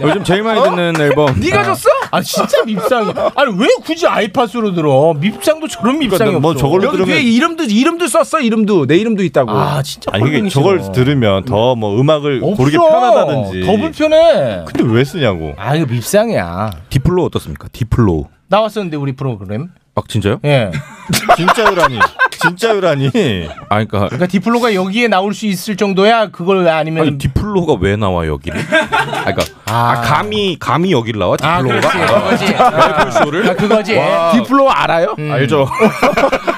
[SPEAKER 12] 요즘 제일 많이 듣는 앨범.
[SPEAKER 11] 네가 줬어?
[SPEAKER 7] 아 진짜 밉상이. 아니 왜 굳이 아이팟으로 들어? 밉상도 저런 밉상이
[SPEAKER 12] 그러니까 뭐
[SPEAKER 7] 없어.
[SPEAKER 12] 저걸로
[SPEAKER 7] 여기
[SPEAKER 12] 들으면-
[SPEAKER 7] 위에
[SPEAKER 11] 이름도 이름도 썼어 이름도 내 이름도 있다고.
[SPEAKER 7] 아 진짜.
[SPEAKER 12] 아니 이게
[SPEAKER 7] 꼴보기 싫어.
[SPEAKER 12] 저걸 들으면 더 뭐 음악을 고르기
[SPEAKER 7] 없어.
[SPEAKER 12] 편하다든지.
[SPEAKER 7] 더 불편해.
[SPEAKER 12] 근데 왜 쓰냐고.
[SPEAKER 7] 아 이거 밉상이야.
[SPEAKER 12] 디플로 어떻습니까? 디플로.
[SPEAKER 7] 나왔었는데 우리 프로그램.
[SPEAKER 12] 아 진짜요?
[SPEAKER 7] 예.
[SPEAKER 12] 진짜요라니. 진짜요라니. 아 그러니까
[SPEAKER 7] 그러니까 디플로가 여기에 나올 수 있을 정도야. 그걸 왜 아니면
[SPEAKER 12] 아니, 디플로가 왜 나와 여기를? 아, 그러니까 아, 감히 감히 여기를 나와
[SPEAKER 7] 아, 음.
[SPEAKER 12] 디플로가?
[SPEAKER 7] 그렇지, 그거지.
[SPEAKER 12] 멜콜쇼를?
[SPEAKER 7] 아, 그거지.
[SPEAKER 11] 디플로 알아요?
[SPEAKER 12] 알죠.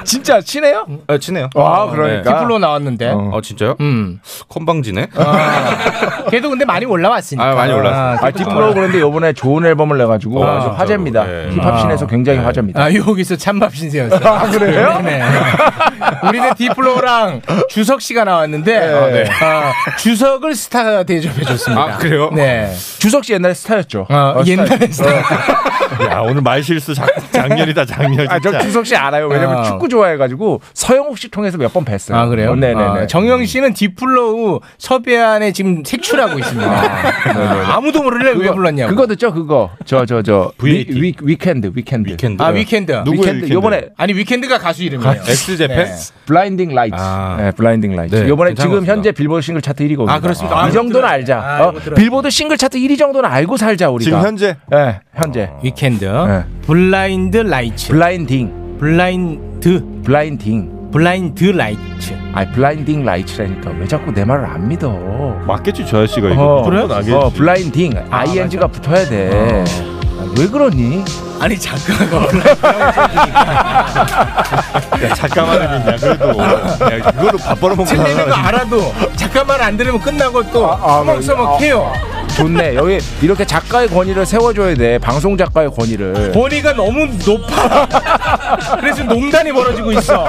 [SPEAKER 11] 진짜 친해요?
[SPEAKER 7] 음,
[SPEAKER 12] 아, 친해요.
[SPEAKER 11] 와, 그러니까.
[SPEAKER 7] 디플로 나왔는데.
[SPEAKER 12] 어. 아, 진짜요?
[SPEAKER 7] 음. 아.
[SPEAKER 12] 건방지네.
[SPEAKER 7] 걔도 근데 많이 올라왔으니까.
[SPEAKER 12] 아, 많이 올라왔어요.
[SPEAKER 11] 아, 디플로 그런데 요번에 좋은 앨범을 내가지고
[SPEAKER 12] 어, 진짜로.
[SPEAKER 11] 화제입니다.
[SPEAKER 12] 예.
[SPEAKER 11] 힙합씬에서 굉장히 화제입니다.
[SPEAKER 7] 아 여기서 찬밥 신세였어요. 아
[SPEAKER 11] 그래요?
[SPEAKER 7] 우리네 디플로랑 주석 씨가 나왔는데 아,
[SPEAKER 11] 네.
[SPEAKER 7] 주석을 스타 대접해 줬습니다.
[SPEAKER 11] 아, 그래요?
[SPEAKER 7] 네.
[SPEAKER 11] 주석 씨 옛날에 스타였죠. 어.
[SPEAKER 7] 어, 옛날에 스타.
[SPEAKER 12] 야 오늘 말실수 작, 작년이다 작년.
[SPEAKER 11] 아, 저
[SPEAKER 12] 진짜.
[SPEAKER 11] 주석 씨 알아요. 왜냐면
[SPEAKER 7] 아.
[SPEAKER 11] 축구 좋아해가지고 서영욱 씨 통해서 몇 번 뵀어요.
[SPEAKER 7] 아 그래요?
[SPEAKER 11] 어, 네네네.
[SPEAKER 7] 아, 정영 씨는 디플로우 섭외 안에 지금 색출하고 있습니다. 아, 무도 모르래 왜
[SPEAKER 11] 네, 그거-
[SPEAKER 7] 불렀냐고.
[SPEAKER 11] 그거 듣죠? 그거 저 저 저 위, 켄드 위켄드
[SPEAKER 12] 위켄드.
[SPEAKER 7] 아 위켄드.
[SPEAKER 11] 네. 위켄드 요번에
[SPEAKER 7] 아니 위켄드가 가수 이름이에요. 네.
[SPEAKER 11] 블라인딩 라이트. 네, 블라인딩 라이트.
[SPEAKER 12] 아. 네,
[SPEAKER 11] 요번에
[SPEAKER 12] 괜찮은
[SPEAKER 11] 지금
[SPEAKER 12] 것 같습니다.
[SPEAKER 11] 현재 빌보드 싱글 차트 1위거든요.
[SPEAKER 7] 아, 그렇습니까? 아,
[SPEAKER 11] 이 정도는 알자.
[SPEAKER 7] 아,
[SPEAKER 11] 어?
[SPEAKER 7] 이거 들어요.
[SPEAKER 11] 빌보드 싱글 차트 1위 정도는 알고 살자 우리가.
[SPEAKER 12] 지금 현재? 아.
[SPEAKER 11] 네, 현재.
[SPEAKER 7] 위켄드.
[SPEAKER 11] 네.
[SPEAKER 7] 블라인드 라이츠.
[SPEAKER 11] 블라인딩.
[SPEAKER 7] 블라인드.
[SPEAKER 11] 블라인딩.
[SPEAKER 7] 블라인드 라이츠.
[SPEAKER 11] 아, 블라인딩 라이츠라니까 왜 자꾸 내 말을 안 믿어?
[SPEAKER 12] 맞겠지 저 아저씨가 이거.
[SPEAKER 11] 어, 어, 블라인딩.
[SPEAKER 7] 아,
[SPEAKER 11] ing가 붙어야 돼. 아, 왜 그러니?
[SPEAKER 7] 아니 잠깐.
[SPEAKER 12] 야, 잠깐만 그냥 그래도 야, 그거로 밥 벌어먹고
[SPEAKER 7] 틀리는 거
[SPEAKER 12] 살아가지고.
[SPEAKER 7] 알아도 잠깐만 안 들으면 끝나고 또
[SPEAKER 12] 아, 네.
[SPEAKER 7] 서먹서먹해요.
[SPEAKER 11] 좋네. 여기 이렇게 작가의 권위를 세워줘야 돼. 방송 작가의
[SPEAKER 12] 아.
[SPEAKER 11] 권위를.
[SPEAKER 7] 권위가 너무 높아. 그래서 농단이 벌어지고 있어.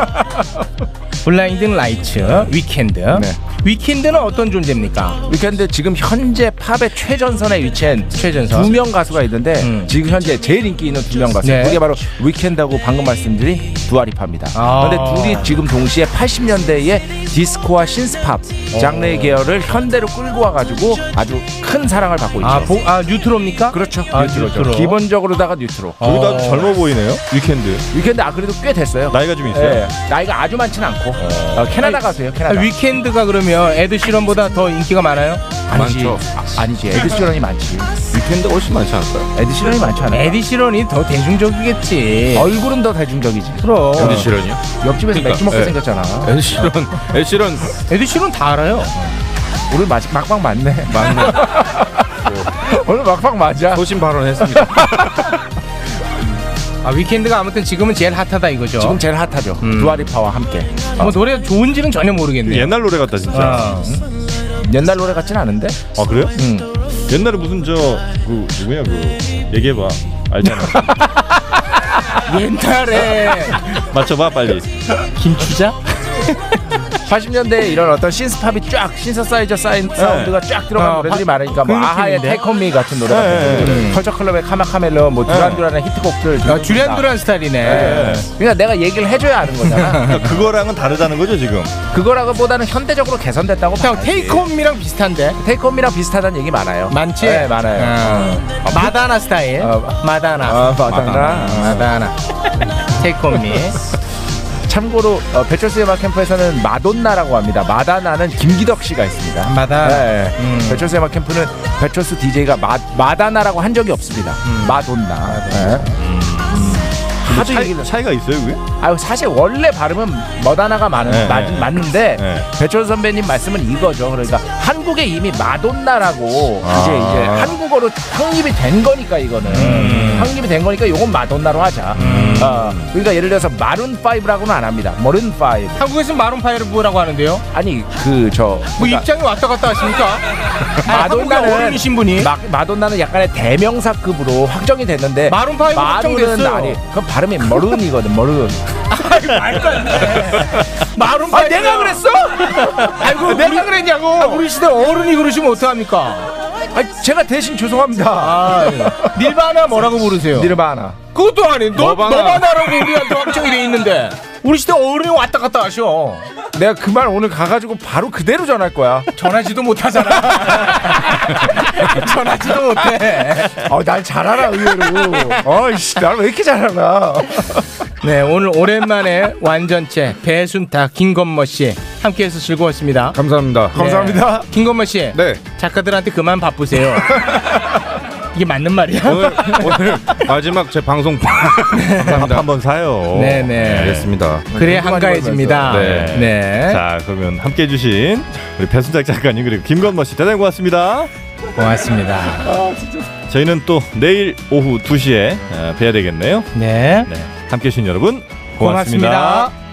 [SPEAKER 7] 블라인드 라이츠 위켄드.
[SPEAKER 12] 네.
[SPEAKER 7] 위켄드는 어떤 존재입니까?
[SPEAKER 11] 위켄드 지금 현재 팝의 최전선에 위치한
[SPEAKER 7] 최전선.
[SPEAKER 11] 두 명 가수가 있는데 지금 현재 제일 인기 있는 두 명 가수
[SPEAKER 7] 음. 네.
[SPEAKER 11] 그게 바로 위켄드하고 방금 말씀드린 두아리파입니다.
[SPEAKER 7] 아.
[SPEAKER 11] 근데 둘이 지금 동시에 80년대의 디스코와 신스팝
[SPEAKER 7] 어.
[SPEAKER 11] 장르의 계열을 현대로 끌고 와가지고 아주 큰 사랑을 받고 있죠.
[SPEAKER 7] 아, 보, 아 뉴트로입니까?
[SPEAKER 11] 그렇죠.
[SPEAKER 7] 아,
[SPEAKER 11] 뉴트로죠.
[SPEAKER 7] 뉴트로.
[SPEAKER 11] 기본적으로다가 뉴트로.
[SPEAKER 12] 둘 다 젊어 보이네요. 위켄드.
[SPEAKER 11] 위켄드 아 그래도 꽤 됐어요.
[SPEAKER 12] 나이가 좀 있어요?
[SPEAKER 11] 예, 나이가 아주 많진 않고 어, 캐나다 가수예요.
[SPEAKER 7] 아,
[SPEAKER 11] 캐나다.
[SPEAKER 7] 위켄드가 그러면 에드 시런보다 더 인기가 많아요?
[SPEAKER 11] 아니지.
[SPEAKER 12] 많죠.
[SPEAKER 11] 아, 아니지. 에드 시런이 많지.
[SPEAKER 12] 위켄드 훨씬 많지 않을까요?
[SPEAKER 11] 에드 시런이 많지 않아?
[SPEAKER 7] 에드 시런이 더 대중적이겠지.
[SPEAKER 11] 얼굴은 더 대중적이지.
[SPEAKER 7] 그럼.
[SPEAKER 12] 에드 시런이요?
[SPEAKER 11] 옆집에서
[SPEAKER 12] 그러니까,
[SPEAKER 11] 맥주 먹게
[SPEAKER 12] 예.
[SPEAKER 11] 생겼잖아. 예.
[SPEAKER 12] 에드 시런. 에드 시런
[SPEAKER 7] 에드 시런 다 알아요.
[SPEAKER 11] 오늘 마, 막방 맞네.
[SPEAKER 12] 맞네.
[SPEAKER 11] 오늘 막방 맞아.
[SPEAKER 12] 소신 발언했습니다.
[SPEAKER 7] 아 위켄드가 아무튼 지금은 제일 핫하다 이거죠.
[SPEAKER 11] 지금 제일 핫하죠.
[SPEAKER 7] 음.
[SPEAKER 11] 두아리파와 함께.
[SPEAKER 7] 뭐 노래 좋은지는 전혀 모르겠네요.
[SPEAKER 12] 옛날 노래 같다 진짜.
[SPEAKER 7] 아.
[SPEAKER 11] 옛날 노래 같진 않은데.
[SPEAKER 12] 아 그래요?
[SPEAKER 11] 음.
[SPEAKER 12] 옛날에 무슨 저 그 누구야 그 얘기해봐 알잖아
[SPEAKER 7] 옛날에
[SPEAKER 12] 맞춰봐 빨리
[SPEAKER 7] 김추자?
[SPEAKER 11] 80년대에 이런 어떤 신스팝이 쫙 신서사이저 사인 사운드가 쫙 들어간
[SPEAKER 7] 아,
[SPEAKER 11] 노래들이
[SPEAKER 7] 바-
[SPEAKER 11] 많으니까 뭐
[SPEAKER 7] 네. 그
[SPEAKER 11] 아하의
[SPEAKER 7] 느낌인데? 네,
[SPEAKER 11] 테이크미 같은 노래 같은 노래. 컬처클럽의 카마카멜론 뭐 듀란듀란의 히트곡들
[SPEAKER 7] 아, 주란두란 스타일이네. 네.
[SPEAKER 11] 예. 그러니까 내가 얘기를 해줘야 아는 거잖아
[SPEAKER 12] 그러니까 그거랑은 다르다는 거죠 지금
[SPEAKER 11] 그거라기보다는 현대적으로 개선됐다고
[SPEAKER 7] 형
[SPEAKER 11] 봐야지.
[SPEAKER 7] 테이크홈이랑 비슷한데
[SPEAKER 11] 테이크홈이랑 비슷하다는 얘기 많아요
[SPEAKER 7] 많지?
[SPEAKER 11] 네, 많아요
[SPEAKER 7] 어. 마다나 스타일.
[SPEAKER 11] 어.
[SPEAKER 7] 마다나.
[SPEAKER 11] 아, 맞다.
[SPEAKER 7] 마다나. 테이크홈이.
[SPEAKER 11] 참고로 어, 배철수 음악 캠프에서는 마돈나라고 합니다. 마다나는 김기덕 씨가 있습니다.
[SPEAKER 7] 마다나.
[SPEAKER 11] 네.
[SPEAKER 7] 음.
[SPEAKER 11] 배철수 음악 캠프는 배철수 DJ가 마, 마다나라고 한 적이 없습니다. 음. 마돈나. 네. 하도 얘기를.
[SPEAKER 12] 차이, 가 있어요 그게?
[SPEAKER 11] 아 사실 원래 발음은 머다나가 많은
[SPEAKER 12] 네,
[SPEAKER 11] 맞,
[SPEAKER 12] 네.
[SPEAKER 11] 맞는데
[SPEAKER 12] 네.
[SPEAKER 11] 배철수 선배님 말씀은 이거죠. 그러니까 한국에 이미 마돈나라고
[SPEAKER 12] 아.
[SPEAKER 11] 이제 이제 한국어로 확립이 된 거니까 이거는
[SPEAKER 12] 음.
[SPEAKER 11] 확립이 된 거니까 요건 마돈나로 하자. 어, 그러니까 예를 들어서 마룬 5라고는 안 합니다. 머른 5.
[SPEAKER 7] 한국에서는 마룬파이브라고 하는데요.
[SPEAKER 11] 아니 그저
[SPEAKER 7] 뭐 입장이 왔다 갔다 하십니까?
[SPEAKER 11] 그러니까 마돈나는-
[SPEAKER 7] 어른이신 분이.
[SPEAKER 11] 마, 마돈나는 약간의 대명사급으로 확정이 됐는데
[SPEAKER 7] 마룬파이브
[SPEAKER 11] 마룬은
[SPEAKER 7] 확정됐어요.
[SPEAKER 11] 아니 그 발음이 머른이거든 머른
[SPEAKER 7] 마룬파이브.
[SPEAKER 11] 아, 내가 그랬어?
[SPEAKER 7] 아이고 내가 그랬냐고. 우리 시대 어른이 그러시면 어떡합니까?
[SPEAKER 11] 아 제가 대신 죄송합니다
[SPEAKER 7] 아, 예. 닐바나 뭐라고 부르세요?
[SPEAKER 11] 니르바나
[SPEAKER 7] 그것도 아니. 너
[SPEAKER 12] 너바나.
[SPEAKER 7] 너바나라고 우리한테 확정이 돼 있는데
[SPEAKER 11] 우리 시대 어른이 왔다 갔다 하셔. 내가 그 말 오늘 가가지고 바로 그대로 전할 거야. 전하지도 못하잖아. 전하지도 못해. 어, 날 잘하라 의외로. 어이씨, 날 왜 이렇게 잘하나.
[SPEAKER 7] 네, 오늘 오랜만에 완전체 배순탁 김건모 씨 함께해서 즐거웠습니다. 네.
[SPEAKER 8] 감사합니다. 네.
[SPEAKER 11] 감사합니다.
[SPEAKER 7] 김건모 씨. 작가들한테 그만 바쁘세요. 이게 맞는 말이야?
[SPEAKER 8] 오늘, 오늘 마지막 제 방송 밥 한번 사요.
[SPEAKER 7] 네네.
[SPEAKER 8] 알겠습니다.
[SPEAKER 7] 그래야 한가해집니다.
[SPEAKER 8] 네.
[SPEAKER 7] 네.
[SPEAKER 8] 자 그러면 함께 해주신 우리 배순작 작가님 그리고 김건모 씨 대단히 고맙습니다.
[SPEAKER 7] 고맙습니다.
[SPEAKER 8] 저희는 또 내일 오후 2시에 뵈야 되겠네요.
[SPEAKER 7] 네.
[SPEAKER 8] 함께 해주신 여러분
[SPEAKER 7] 고맙습니다.
[SPEAKER 8] 고맙습니다.